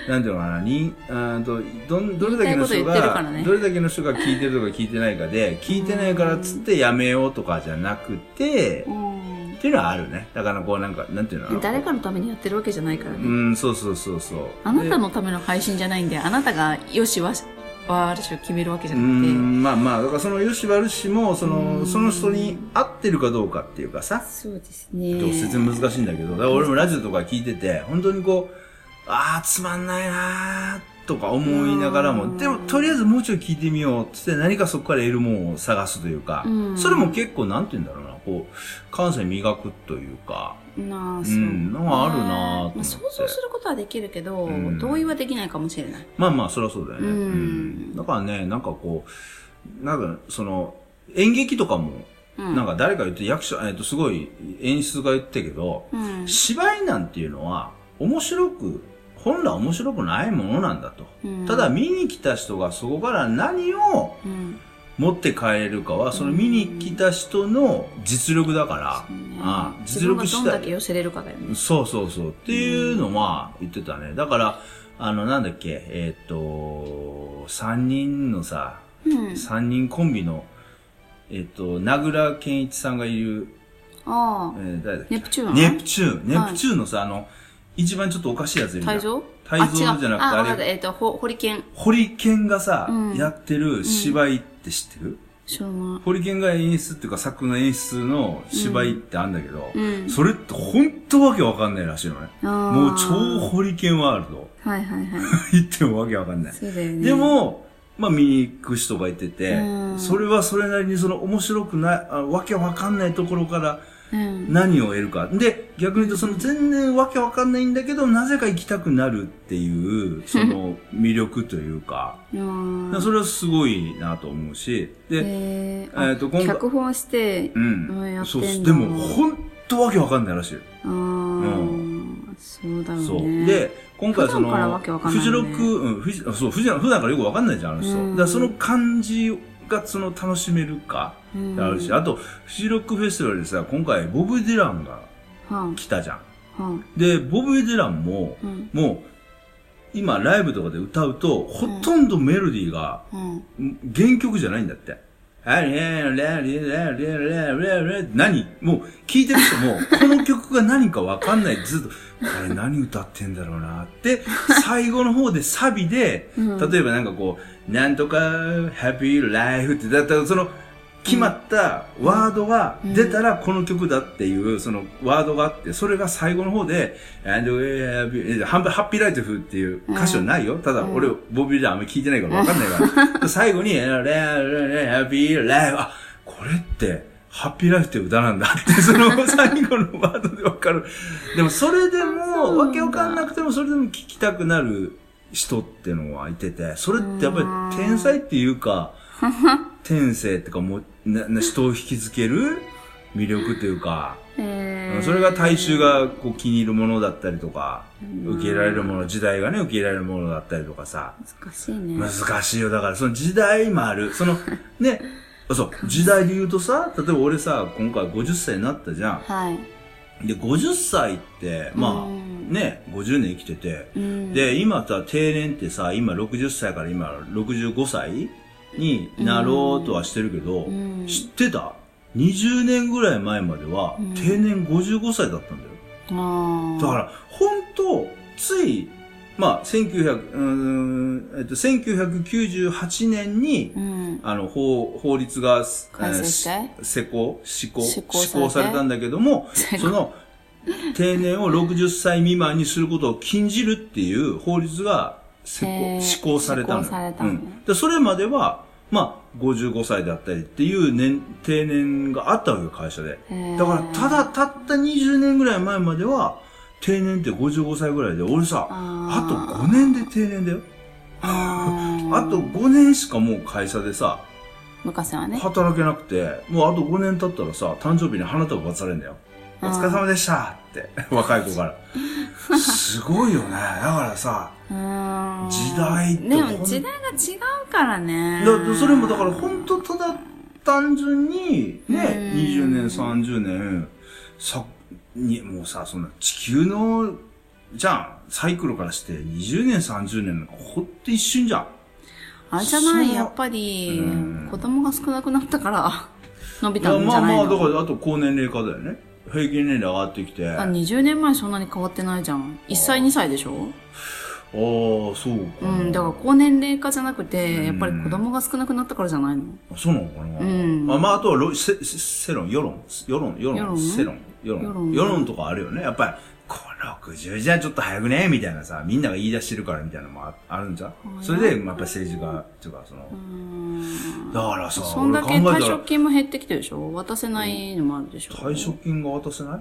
なんていうのかなにあーとどんどれだけの人言いたいこと言ってるかが、らねどれだけの人が聞いてるとか聞いてないかで聞いてないからっつってやめようとかじゃなくてうんっていうのはあるねだからこうなんかなんていうの誰かかのためにやってるわけじゃないからうねんそうそうそうそうあなたものための配信じゃないんであなたがよしわし悪しを決めるわけじうゃなくてんまあまあだからその吉原氏もそのその人に合ってるかどうかっていうかさそうですねどう説明難しいんだけど、だから俺もラジオとか聞いてて、本当にこう、ああ、つまんないなーとか思いながらうも、んでもとりあえずもうちょい聞いてみようっつって何かそこから得るもんを探すというかうん、それも結構なんて言うんだろうな、こう、感性磨くというか、なあんそうなんかあるなあと思ってま想像することはできるけど、うん同意はできないかもしれないまあまあそりゃそうだよね。うんうんだからね、なんかこう、なんかその、演劇とかも、うんなんか誰か言って役者、えっとすごい演出が言ってたけど、うん芝居なんていうのは面白く本来面白くないものなんだと、うんただ見に来た人がそこから何をうん持って帰れるかはその見に来た人の実力だから、ああ自実分が力ど次んだけ第寄せれるかだよねそうそうそうっていうのは言ってたねだからあのなんだっけえーっと3人のさうん3人コンビのえーっと名倉健一さんがいる、ああえー誰だっけネプチューンネプチューン、はいネプチューンのさ、あの、一番ちょっとおかしいやついるじゃ泰ん。造泰造じゃなくてあ違うあれわかったえっ、と、ほ、ホリケン。ホリケンがさ、うんやってる芝居って知ってる、しょうがホリケンが演出っていうか作の演出の芝居ってあんだけど、うんそれってほんとわけわかんないらしいのね。ももう超ホリケンワールド。 はいはいはい。言ってもわけわかんない。そうだよね。で、も、まあ見に行く人がいてて、うんそれはそれなりにその面白くない、あわけわかんないところから、うん。何を得るか。で、逆に言うと、その全然わけわかんないんだけど、なぜか行きたくなるっていう、そ の魅力というか、だからあそれはすごいなと思うし、ーで、ええー、っと、あ今回、脚本して、ううんやん。ってそんう、だでも、ほんとわけわかんないらしい。ああ、そうだろそうう。ね。、で、今回そ普段からわの、けわかんないフよジねロック、うん、フジ、そう、フジ普段からよくわかんないじゃん、あの人。うんだからその感じが、その、楽しめるか、うん、あるし、はあと、フジロックフェスティバルでさ、今回、ボブ・ディランがあ、は来たじゃん。あ、で、ボブ・ディランも、うん、もう、今ライブとかで歌うと、ほとんどメロディーが、うん。ん原曲じゃないんだって。あれれれれれれれれ何もう聞いてる人 も、この曲が何かわかんない。ずっと、これ何歌ってんだろう なって、最後の方でサビで、うん例えばなんかこう、なんとか、ハッピーライフって、だったらその、決まったワードが出たらこの曲だっていう、そのワードがあって、それが最後の方で、And we have- ハッピーハッピーライトフっていう歌詞はないよ。ただ俺、ボビー・ディランあんまり聞いてないからわかんないから。最後に、レレレハッピーライフ、あ、これって、ハッピーライフって歌なんだって、その最後のワードでわかる。でもそれでも、わけわかんなくても、それでも聞きたくなる人っていうのはいてて、それってやっぱり天才っていうか、天性ってかもうなな人を引き付ける魅力というか、えそれが大衆がこう気に入るものだったりとか、受け入れられるもの、時代がね、受け入れられるものだったりとかさ、難しいね。難しいよ。だから、その時代もある。その、ね、そう、時代で言うとさ、例えば俺さ、今回50歳になったじゃはい。ん。で、50歳って、まうんあ、ね、50年生きてて、うん、で、今さ、定年ってさ、今60歳から今65歳になろうとはしてるけど、うん知ってた ?20 年ぐらい前まではうん、定年55歳だったんだよ。あだあ。から、本当つい、まあ、1900、うーん、えっと、1998年に、うん。あの、法、法律が、す改正してえー施行、施行、施施行されて行されたんだけども、施行その、定年を60歳未満にすることを禁じるっていう法律が施へー行施行されたのよ。施行されたのうねん。で、それまでは、まあ、55歳だったりっていう年、定年があったわけよ、会社で。へーだから、ただ、たった20年ぐらい前までは、定年って55歳ぐらいで、俺さ、あとあ5年で定年だよ。あーあと5年しかもう会社でさ、昔はね。働けなくて、もうあと5年経ったらさ、誕生日に花束渡されるんだよ。おあー疲れ様でしたって、若い子から。すごいよね。だからさ、うん時代ってでほもん時代が違うからね。だそれもだから本当ただ単純にね、うん20年、30年、さ、に、もうさ、そんな地球の、じゃん、サイクルからして20年、30年なんかほんと一瞬じゃん。あれじゃないそのやっぱりうん、子供が少なくなった から、伸びいたやんじまゃあないまのあ、だからあと高年齢化だよね。平均年齢上がってきて。あ20年前そんなに変わってないじゃん。1歳2歳でしょああ、そうかうな。ん、だから高年齢化じゃなくて、やっぱり子供が少なくなったからじゃないのそうなのかな、うんあまあ、あとはロせせ世論、世論、世世論論、世論、世論、世世論論。世論とかあるよね。やっぱり、これ60じゃちょっと早くねみたいなさ、みんなが言い出してるからみたいなのもああるんじゃあそれで、まあやっぱ政治家、とか、その、だからさ、そんだけ俺退考えたら職、金も減ってきてるでしょ渡せないのもあるでしょ退職金が渡せな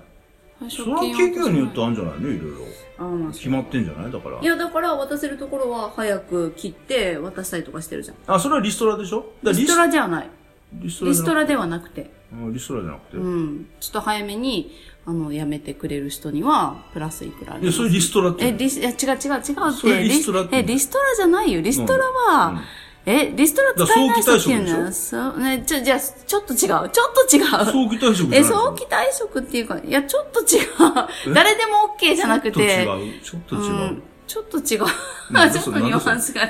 い退そ職金れはは企業によってあるんじゃないのいろいろ。あまあそう決まってんじゃないだからい。や、だから渡せるところは早く切って渡したりとかしてるじゃん。あ、それはリストラでしょだからリストラではない。リストラリじスゃトなくラではなくて。うんリストラじゃなくて。うん。ちょっと早めに、あの、辞めてくれる人には、プラスいくらあいや、るそれリストラって。え、リス、いや、違う違う違うっそれて。リストラってえ、リストラじゃないよ。リストラは、え、リストラ使えない人っていうのだから早期退職では、そう、ね、ちょ、じゃあ、ちょっと違う。ちょっと違う。早期退職じゃないえ、早期退職っていうか、いや、ちょっと違う。誰でも OK じゃなくて。ちょっと違う。ちょっと違う。うんちょっと違う。ちょなんっだそとれなんニだュそアれンスが違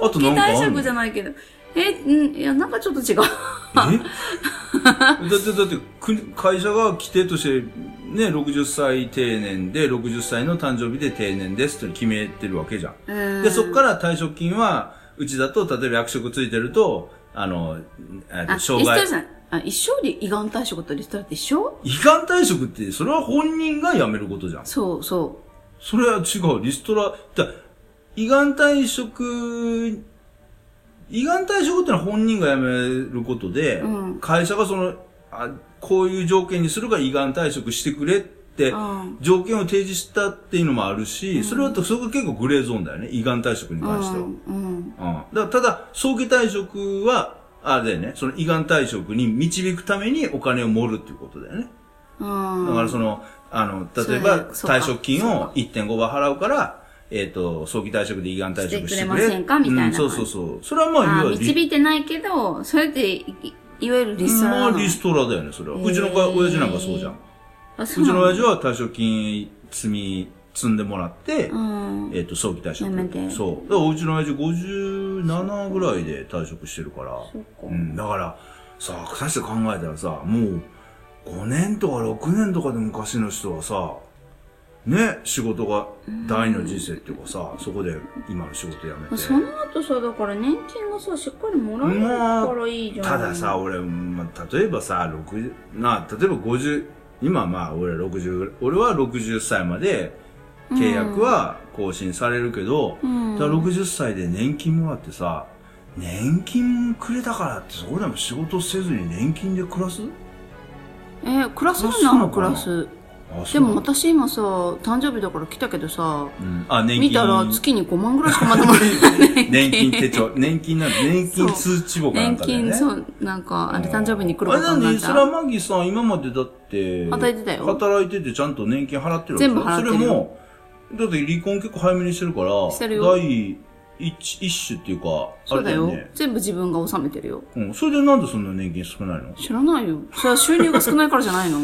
う。 あとなんかあんの早期退 職じゃないけど。え、うん、いや、なんかちょっと違う。えだって、だって国、会社が規定として、ね、60歳定年で、60歳の誕生日で定年ですって決めてるわけじゃん。うんで、そこから退職金は、うちだと、例えば役職ついてると、あの、あ、えっとリス障トラ害じ。ゃない。あ、一生で胃がん退職とリストラって一緒遺憾退職って、それは本人が辞めることじゃん。そうそう。それは違う。リストラ、だ胃がん退職、胃がん退職ってのは本人が辞めることで、うん会社がそのあ、こういう条件にするから胃がん退職してくれってうん、条件を提示したっていうのもあるし、それはとそこが結構グレーゾーンだよね。胃がん退職にう関しては。ん。うん。うんだからただ、早期退職は、あれだよね、その胃がん退職に導くためにお金を盛るっていうことだよね。うん。だからその、あの、例えそうば、ねそうか退職金を1.5倍払うから、えっ、と、早期退職で胃がん退職してくれ。してくれませんかみたいなうんそうそうそう。それはまあ、あいわゆるリ、導いてないけど、それって、いいわゆるリストラまなあ、の。リストラだよね、それは。へーうちのか親父なんかそうじゃん。うあ、そちのな親父は退職金積み積んでもらって、うん。えっ、と、早期退職。やめてそう。だからうちの親父57ぐらいで退職してるから。そっか。うん、だから、さ、さして考えたらさ、もう、5年とか6年とかで昔の人はさ、ね、仕事が第二の人生っていうかさ、そこで今の仕事辞めて。その後さ、だから年金がさ、しっかりもらえるからいいじゃん。たださ、、俺、まあ、例えばさ、60な、例えば50、今まあ俺60、俺は60歳まで契約は更新されるけど、うん、だから60歳で年金もらってさ、年金くれたからってそこでも仕事せずに年金で暮らすえクラスあそうななののかクなラスあそでうも私今さ誕生日だから来たけどさうんあ、年金。見たら月に5万ぐらいしかまとまらない 年金手帳。年金なの、年金そ通知簿かなん年かだよね。金そうなんかあれ誕生日に来るあこれとなんになで、っそれはたマギさん、今までだって、働いてたよ働いててちゃんと年金払ってるわけ全部払ってるそれも、だって離婚結構早めにしてるから、してるよ第一一種っていうか、あそれうだだよよね。全部自分が納めてるようん。それでなんでそんな年金少ないの知らないよそれは収入が少ないからじゃないの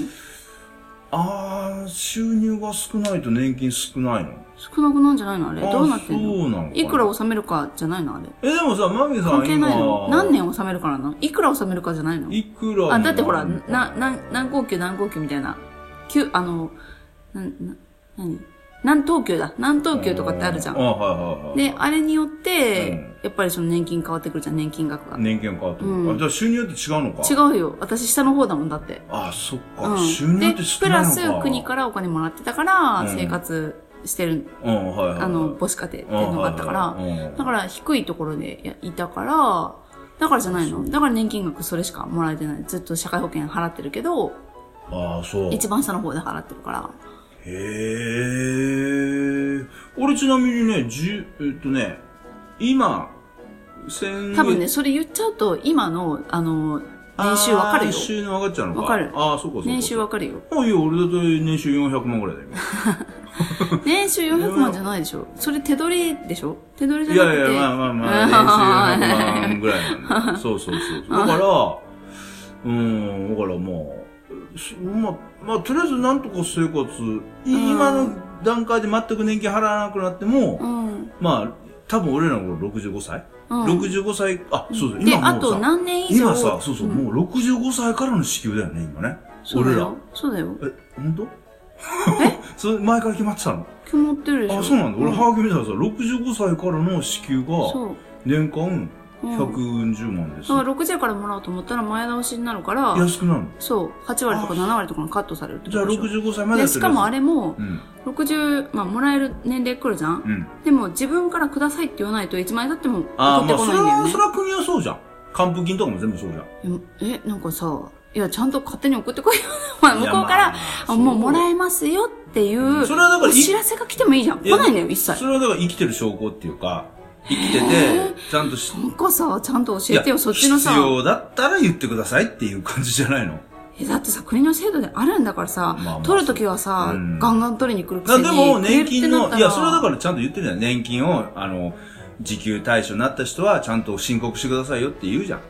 あー、収入が少ないと年金少ないの少なくなんじゃないのあれあどうなってんそのうなのかないくら納めるかじゃないのあれえ、でもさ、マギさん今関係ないの何年納めるからなのいくら納めるかじゃないのいくらあだってほらのなな何号級何号級みたいな級あのなんな何何等級だ何等級とかってあるじゃあ、んはいはいはい。であれによって、うんやっぱりその年金変わってくるじゃん年金額が、年金変わってくる。うんあじゃあ収入って違うのか違う。うよ私下の方だもんだって、あ、そっか。うん、収入ってで少プないラのか。ス国からお金もらってたから、うん生活してるうん、はいはいはい。あの母子家庭っていうのがあったから、うんはいはいはいだから低いところでやいたから、だからじゃないの。だから年金額それしかもらえてない。ずっと社会保険払ってるけど、うんああ、そう。一番下の方で払ってるから。へえ。俺ちなみにね、十、えっとね、今、先多分ね、それ言っちゃうと、今の、あの、年収わかるよ年。収の分かっちゃうのか。わかるああ、そうかそうか。年収わかるよ。あ、いや、俺だって年収400万ぐらいだよ。年収400万じゃないでしょ。それ手取りでしょ手取りいじゃなやくいて。や、まあまあまあ、年収400万ぐらいなんだ。そうそうそうそう。だから、うん、だからまあ、そまあ、まあ、とりあえずなんとか生活、いうん今の段階で全く年金払わなくなっても、うん。まあ、多分俺らの頃65歳、うん。 ?65 歳、あ、そうそう、で、今あもうとさ、何年以上今さ、そうそう、んもう65歳からの支給だよね、今ね。そうだ俺らよ。。そうだよ。え、本当？ それ前から決まってたの決まってるでしょ。あ、そうなんだ。俺、はハーゲ見たらさ、65歳からの支給が、そう。年間うん140万です。だから60からもらおうと思ったら前倒しになるから、安くなるのそう、8割とか7割とかにカットされるってじゃこあとでしょ。 65歳まででやってしるかもあれれもう、ん。 60、まあ、もらえる年齢来るじゃん、うん。でも、自分からくださいって言わないと、いつまでたってもああ、送ってまあ、こなそれいんだよは、ねそれは国はそうじゃん。還付金とかも全部そうじゃ。え、なんかさ、いや、ちゃんと勝手に送ってこいよ。 まあ、ん。向こうから、あもうもえらえますよっていう、それはだからお知らせが来てもいいじゃん。い来やないんだよ、一そ切。れはだから生きてる証拠っていうか、生きてて、ちゃんとし、なんかさ、ちゃんとい教えやてよ、そっちのさ必。要だったら言ってくださいっていう感じじゃない の。え、だってさ、国の制度であるんだからさ、まあまあ取るときはさ、うんガンガン取りに来るくだせかに。らでも、年金の、いや、それはだら、からちゃんと言ってるじゃん。年金を、あの、時給対象になった人は、ちゃんと申告してくださいよって言うじゃん。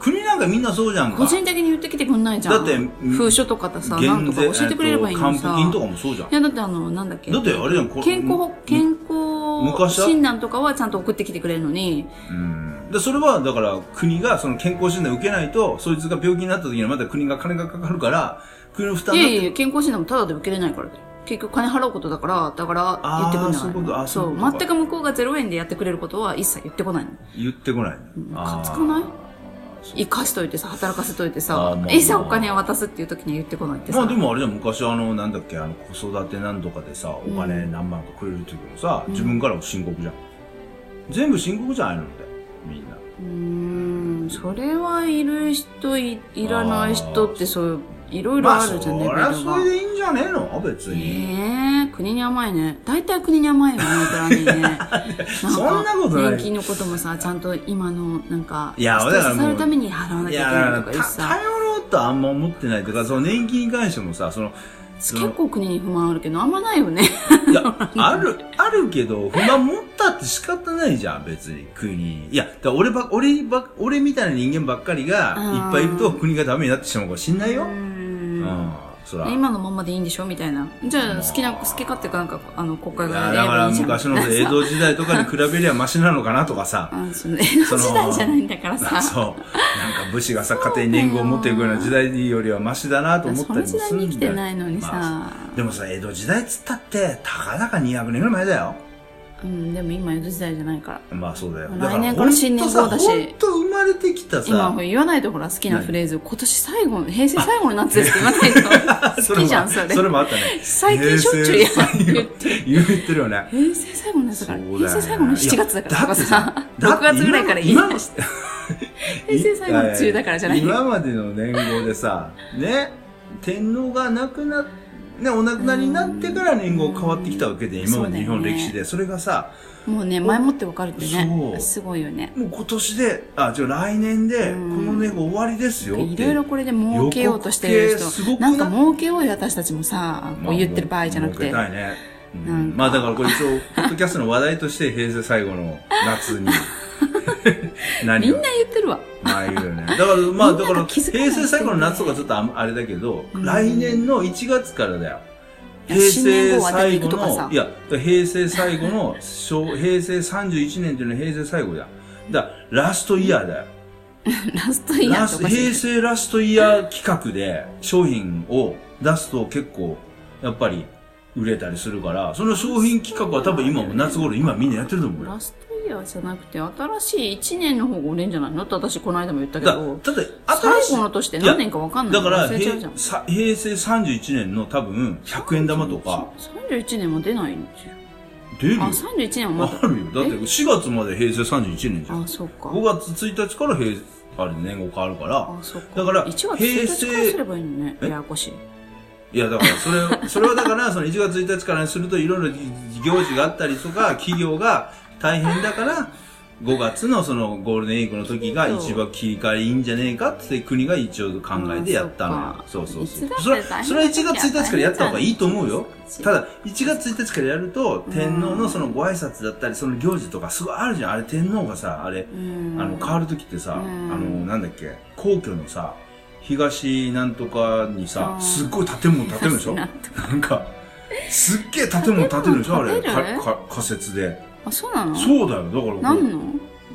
国なんかみんなそうじゃんか。個人的に言ってきてくんないじゃん。だって封書とかださ、減なんとか教えてくれればいいのにえっとさ。還付金とかもそうじゃん。いや、だってあの、なんだっけだってあれじゃん、これ健康、健康昔は診断とかはちゃんと送ってきてくれるのに、うん。で、それは、だから、国がその健康診断受けないと、そいつが病気になった時にはまた国が金がかかるから、国の負担いにやなっていやいや、健康診断もタダで受けれないからだよ結局金払うことだから、だから言ってくんない。あーそういうことあそそういううことか全く向こうが0円でやってくれることは一切言ってこないの。言ってこない。ムあーカつかないそう生かしといてさ、働かせといてあーさまあ、いざお金を渡すっていう時に言ってこないってさ。まあでもあれじゃん、昔あの、なんだっけ、あの、子育てなんとかでさ、お金うん何万かくれる時もさ、うん自分からも申告じゃん。全部申告じゃないのって、みんな。うーん、それはいる人い、いらない人ってそう、いろいろまあ、あそるりじゃん、レベルゃが。それでいいんじゃねえの別に。ええ国に甘いね。大体国に甘いよね、お寺にね。 そんなことない年金のこともさ、ちゃんと今の、なんか、いや人だからもう支えるために払わないきゃいや、けないだとからか、言うたさ、頼ろうとはあんま思ってないというか、その年金に関してもさ、その、そ結の構国に不満あるけど、あんまないよね。いや、ある、あるけど、不満持ったって仕方ないじゃん、別に、国に。いや、だから俺ば、俺ば、俺みたいな人間ばっかりが、うんいっぱいいると国がダメになってしまうかもしんないよ。ううんん。そら。今のままでいいんでしょみたいな。じゃあ、まあ好きな、好き勝手かなんか、あの、国会いがややだれかばいらいじゃん昔の江戸時代とかに比べりゃマシなのかなとかさ。 あその江戸時代じゃないんだからさ。 そう。なんか武士がさ、家庭に年貢を持っていくような時代よりはマシだなと思っそたのりもす時るんだ代に生きてないのにさ、まあでもさ、江戸時代っつったって、たかだか200年ぐらい前だよ。うん、でも今江戸時代じゃないから。まあそうだよ。来だから年から新年号だしほんとさほんと生まれてきた今さ、言わないとほら好きなフレーズ、今年最後の、平成最後の夏 ですって言わないと好きじゃん、それ。それもあったね。最近しょっちゅうや言ってる。言ってるよね。平成最後の夏だから、そうだよね平成最後の7月だからとかさ、いやだ6ってさ月ぐらいから言い出して。平成最後の梅雨だからじゃない今までの年号でさ、ね、天皇が亡くなっね、お亡くなりになってから年号変わってきたわけで、うん今までの日本そうだよね歴史で。それがさ、もうね、前もってわかるってそね。うすごいよね。もう今年で、あ、じゃあ来年で、こうんの年号終わりですよって。いろいろこれで儲けようとしてる予告系す人ごくなないんか儲けようよ私たちもさこう言ってる場合じゃなくて、まあ儲けたいね。うんなんかまあだからこれ一応、ポッドキャストの話題として平成最後の 夏に。み何んをな言ってるわ まあ言うよね。だから、まあだかみんら、なが気づかない平成最後の夏とかちょっとああれだけど、うん来年の1月からだよ。いや平成最新年号は出ていく後とかさの、いや、だから平成最後の、昭平成31年っていうのは平成最後だよ。だから、ラストイヤーだよ。ラストイヤーラっておスかしい平成ラストイヤー企画で商品を出すと結構、やっぱり売れたりするから、その商品企画は多分今も夏頃、今みんなやってると思うよラ。ストイヤーじゃなくて新しい1年の方が俺んじゃないのって私この間も言ったけだ、どただって、新し最い後の年って何年かわかんないだから、忘れちゃう平じゃんさ平成31年の多分、100円玉とか、 31年も出ないんですよ出るよ。あ31年はまだあるよ。だって、4月まで平成31年じゃんあ。そうか5月1日から平、あれ、年号変わるからあ、そうかだから1月1平日か成らすればいいのねえややこしいいや、だから、それを、それはだから、その1月1日からにすると、いろいろ行事があったりとか、企業が大変だから、5月のそのゴールデンウィークの時が一番切り替えいいんじゃねえかって国が一応考えてやったのあよ。そうそうそいうつだ。ってそれ大変それは1月1日からやった方がいいと思うよそ。うただ、1月1日からやると、天皇のそのご挨拶だったり、その行事とかすごいあるじゃん。あれ天皇がさ、あれ、うんあの、変わる時ってさ、あうんの、なんだっけ、皇居のさ、東なんとかにさあ、ーすっごい建物建てるでしょなんなとんか、すっげえ建物建てるでしょあれ、建か物建てるか仮設で。あそうなのそうだよ、だからこう。何のん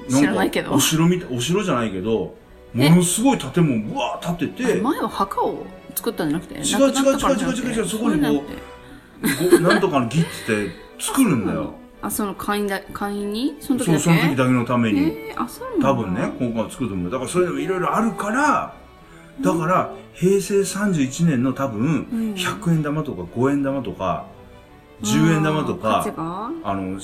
か知らないけどお城みたい、お城じゃないけど、ものすごい建物、ぶわー建てて、あ前は墓を作ったんじゃなくて違う亡くなったからじゃなくて違う違う違う違うそこにこうそうなんてごなんとかの儀って作るんだよ。あその会員だ会員にその時だそう、けその時だけのために。えー、あそうな多んだ分ね、今回作ると思う。だからそれでもいろいろあるから、だから、平成31年の多うん分、100円玉とか5円玉とか、10円玉とあー価値か、があの、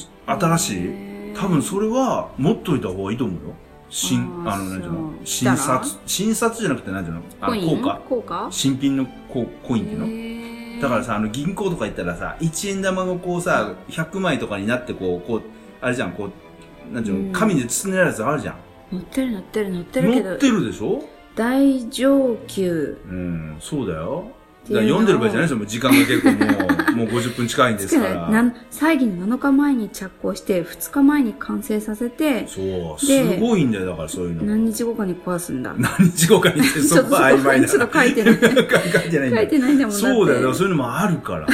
新しい、へー多分それは持っといた方がいいと思うよ。新、あーあの、なんていうのそう新札、新札じゃなくてなんていうのあコの、イ硬ン貨効果新品のココインっていうのだかららさ、あの銀行とか行ったらさ、1円玉がこうさ、100枚とかになってこう、こう、あれじゃん、こう、なんていううんの、紙で包んであるやつあるじゃん。乗ってる乗ってる乗ってるけ乗どってるでしょ大上級うん、そうだよ。ってだいうのからを読んでる場合じゃないですよ。もう時間が結構もう、もう50分近いんで すかつまら。りなん会議の7日前に着工して2日前に完成させてそう、ですごいんだよ、だからそういうの。何日後かに壊すんだ何時後かにって、 そこは曖昧だちょっと書いてない 書いてないん書だいよ。てないんだもんそうだよ、だからそそういうのもあるからさ。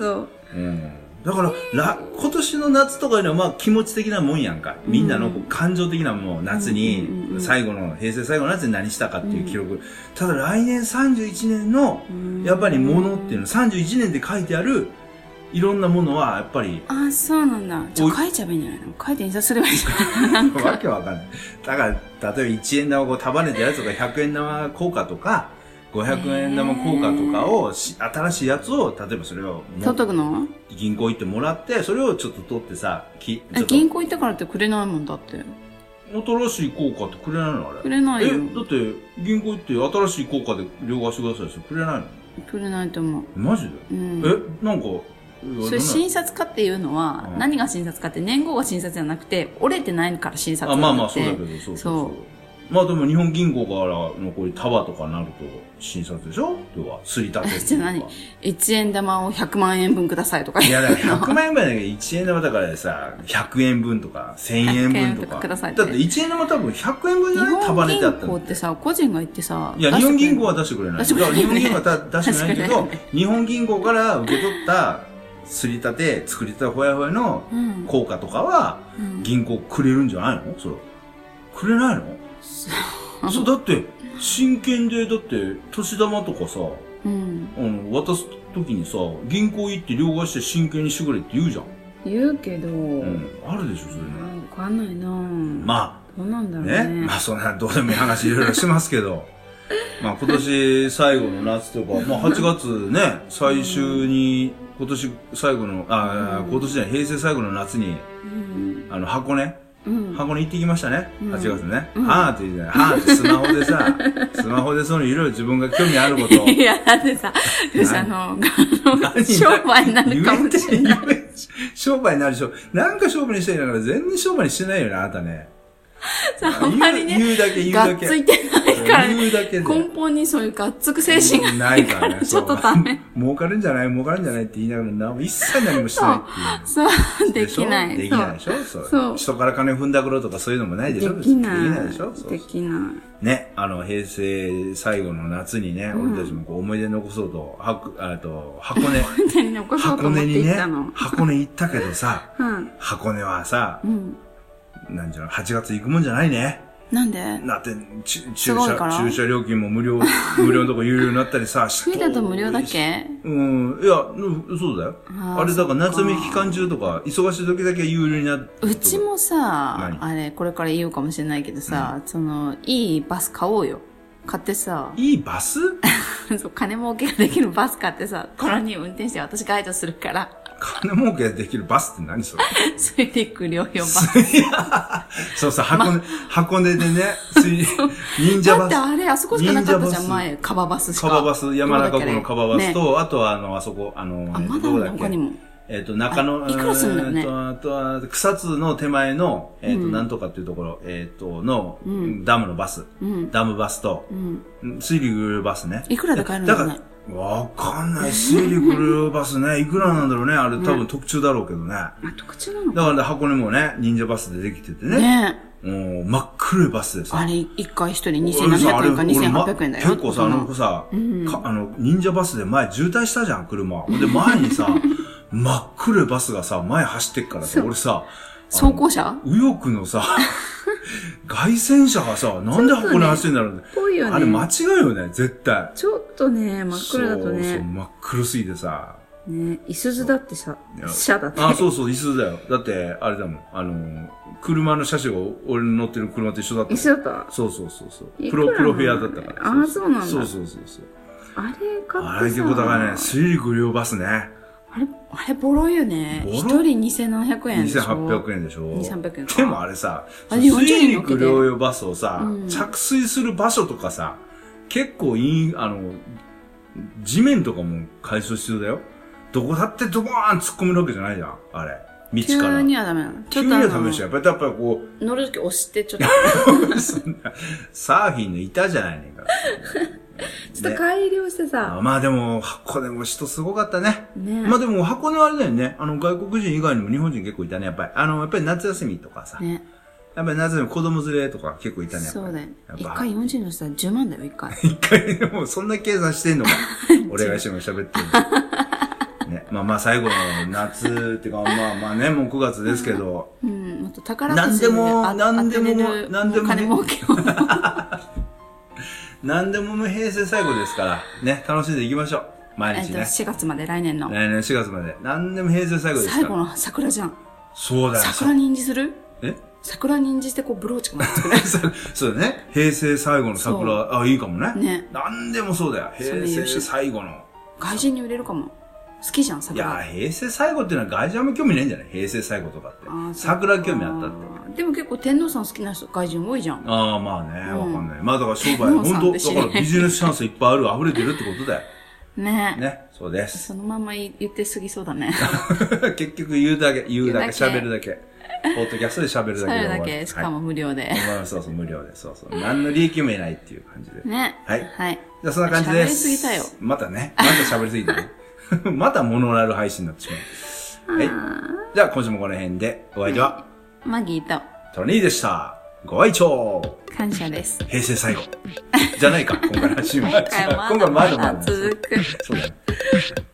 そううん。だから、ら、今年の夏とかいうのはまあ気持ち的なもんやんか。みんなのこう感情的なもう夏にうんうんうんう、ん最後の、平成最後の夏に何したかっていう記録。ただ来年31年の、やっぱり物っていうの、31年で書いてある、いろんなものは、やっぱり、あーそうなんだじゃあ書いちゃえばいいんじゃないの書いて印刷すればいいじゃん なん わかけわかんない。だから、例えば1円玉をこう束ねたやつとか、100円玉硬貨とか、500円玉硬貨とかをし、新しいやつを、例えばそれをも取っとくの銀行行ってもらって、それをちょっと取ってさ、きあちょっと銀行行ったからってくれないもんだって新しい硬貨ってくれないのあれ。くれないよえ、だって、銀行行って新しい硬貨で両替してくださいってくれないのくれないと思うマジで、うんえ、なんか、そえれ診察かっていうのは、うん何が診察かって年号が診察じゃなくて折れてないから診察あ、まあまあ、ってそうだけど、そうそうそう。まあでも日本銀行からのこういう束とかなると診察でしょ要は、すり立 てるというかじゃあ1円玉を100万円分くださいとか。いや、だから100万円分だけど、1円玉だからさ、100円分とか、1000円分と100円とかか。くださいってだって1円玉多分100円分じゃ日ない束本ねてあった銀の行ってさ、個人が行ってさ、いや、出日してくれる本銀行は出してくれない。出してくれないだから日本銀行 は出出してくれないけ出してどくれ、日本銀行から受け取った、すりたて、作りたほやほやのうん効果とかは、うん銀行くれるんじゃないのそれ。くれないのそう、だって、真剣で、だって、年玉とかさ、うん。あの、渡すときにさ、銀行行って両替して真剣にしてくれって言うじゃん。言うけど、うん。あるでしょ、それね。わかんないなぁ。まどうなんだあ、ろうね。ね。まあ、そんな、どうでもいい話いろいろしますけ ど。まあ、今年最後の夏とか、まあ、8月ね、最終に、今年最後の、あ、うん今年じゃない、平成最後の夏に、うん。あの、箱根、うん。箱根行ってきましたね。うん8月ね。うんはぁって言うじゃない。はぁってスマホでさ、 スマホでそのいろいろ自分が興味あることを。いや、だってさ、私あの、あの何商売になるかもしれない。言えて言え商売になるでしょ。なんか商売にしてるんだから全然商売にしてないよね、あなたね。 さあんまり言うね、言うだけ言うがだっけ。ついてないからね。言うだけで。根本にそういうがっつく精神がないからね。ちょっとそうダメ。儲かるんじゃない儲かるんじゃないって言いながら何も一切何もしてないっていう。そう、でしょきない。できないでしょそうそう人から金踏んだくろとかそういうのもないでしそょうできできなないい。でしょそうできない。ね、あの、平成最後の夏にね、ん俺たちもこう思い出残そうと、はく、あと、箱 根、本当に残そうと箱思っ根て行にっねたの、。箱根行ったけどさ、うん。箱根はさう、ん。なんじゃろ、8月行くもんじゃないね。なんでだって、ちす駐ごいか車、ら駐車料金も無料、 無料のとこ有料になった りさ、し国だと無料だっけうん、いや、うんそうだよ。ああーれだから夏そっ目か期間中とか、忙しい時だけ有料になる。うちもさ、何あれ、これから言おうかもしれないけどさ、その、いいバス買おうよ。買ってさ、いいバス そう金儲けができるバス買ってさ、コロニー運転して私ガイドするから、金儲けできるバスって何それ水陸両用バス。そうさ、箱根、箱根で ね、つい忍者だっバてス。あれ、あそこしかなかったじゃ忍者バん、ス前。カババスしか。カババス、山中湖のカババスどこだっけねと、あとはあの、あそこ、あの、あ、まだあどこるだのっけ他にも。えっ、と、中野、あいくらするんだろうねえーと、あとは、草津の手前の、えっ、と、うんなんとかっていうところ、えっ、と、の、うんダムのバス。うん。ダムバスとう、ん。水陸バスね。いくらで買えるんだだろかうね。ら、わかんない。水陸両バス ね、いくらなんだろうね。あれ多分特注だろうけどね。だあ、特注なのかからね箱根もね、忍者バスでできててね。ねえ。もう真っ黒いバスでさ。あれ、一回一人俺さあ2700れ円か2800円だよ。俺ま結構さ、あのう子んさ、かあの、忍者バスで前渋滞したじゃん、車。で、前 にさ、真っ黒いバスがさ、前走ってっからさ、俺さ、あの走行車右翼 のさ、外旋車がさ、なんで箱根走ってんだろうね。ぽいよねあれ間違いよね、絶対。ちょっとね、真っ黒だとそうそう、ね。真っ黒すぎてさ。ね、いすずだってさい、や車だって。あ、そうそう、椅子だよ。だって、あれだもん。あの、車の車種が俺の乗ってる車と一緒だったも椅ん。子だったそうそうそうそう。いプくらなロ、のプロフェアだったから。あそうなんだそうそうそうそう。あれ買ってさ。あれってことがね、水陸両バスね。あれ、あれボロいよね。ボ一ロ人2700円でしょ。 2800円でしょ。 2300円かでもあれさ、あそれの40水乗っけて陸両用バスをさう、ん着水する場所とかさ、結構いい、あの、地面とかも解消必要だよ。どこだってドボーン突っ込めるわけじゃないじゃん、あれ。道から。急にはダメなの。急にはダメでしょ。ょ。やっぱり、やっぱりこ乗るとき押して、ちょっと。う、そんな、サーフィンの板じゃないねんから。ちょっと改良してさ。まあでも、箱根も人すごかったね。ね。まあでも、箱根はあれだよね。あの、外国人以外にも日本人結構いたね。やっぱり、あの、やっぱり夏休みとかさ。ね。やっぱり夏休み子供連れとか結構いたね。やっぱりそうだよ。やっ一ぱ回40のしたら10万だよ、一 回。一回でもそんな計算してんの か。俺が一生懸命喋ってる。ね。まあまあ最後の夏っていうか、まあまあね、もう9月ですけど、うん。あと宝くじなんでもあなんでも当てれるなんでも金儲けを。 なんでも無平成最後ですから、ね、楽しんでいきましょう。え毎っ日と、ね。 4月まで来年の。来年4月まで。なんでも平成最後ですから。最後の桜じゃん。そうだよ。桜に印字するえ桜に印字してこうブローチかなって作るそうそうだね。平成最後のそう桜、あ、いいかもね。ねなんでもそうだよ。それ平言うし成最後の。外人に売れるかも。好きじゃん、いや、桜。平成最後っていうのは外人あんま興味ないんじゃない平成最後とかってあー。桜興味あったって。て。でも結構天皇さん好きな人、外人多いじゃん。ああ、まあね、わうんかんない。まあだから商売、もうさん本で当しだからビジネスチャンスいっぱいある、溢れてるってことだよ。ねえ。ね、そ うです。 そのまま言ってすぎそうだね。結局言うだけ、言言ううだけ、だけ喋るだけ。ポッドキャストで喋るだそけでれ終わる。だけ、しかも無料で。はい。まあそうそう、無料で。そうそう。何の利益も得ないっていう感じで。じね。はいはい。ゃあそんな感じです。喋りすぎたよまたね。また喋りすぎたね。 またモノラル配信になってしまう。はい。じゃあ今週もこの辺で、お相手は、マギーとトニーでした。ご愛聴感謝です。平成最後。じゃないか、今回の配信は。今回は今回まだまだ。続く。そうだね。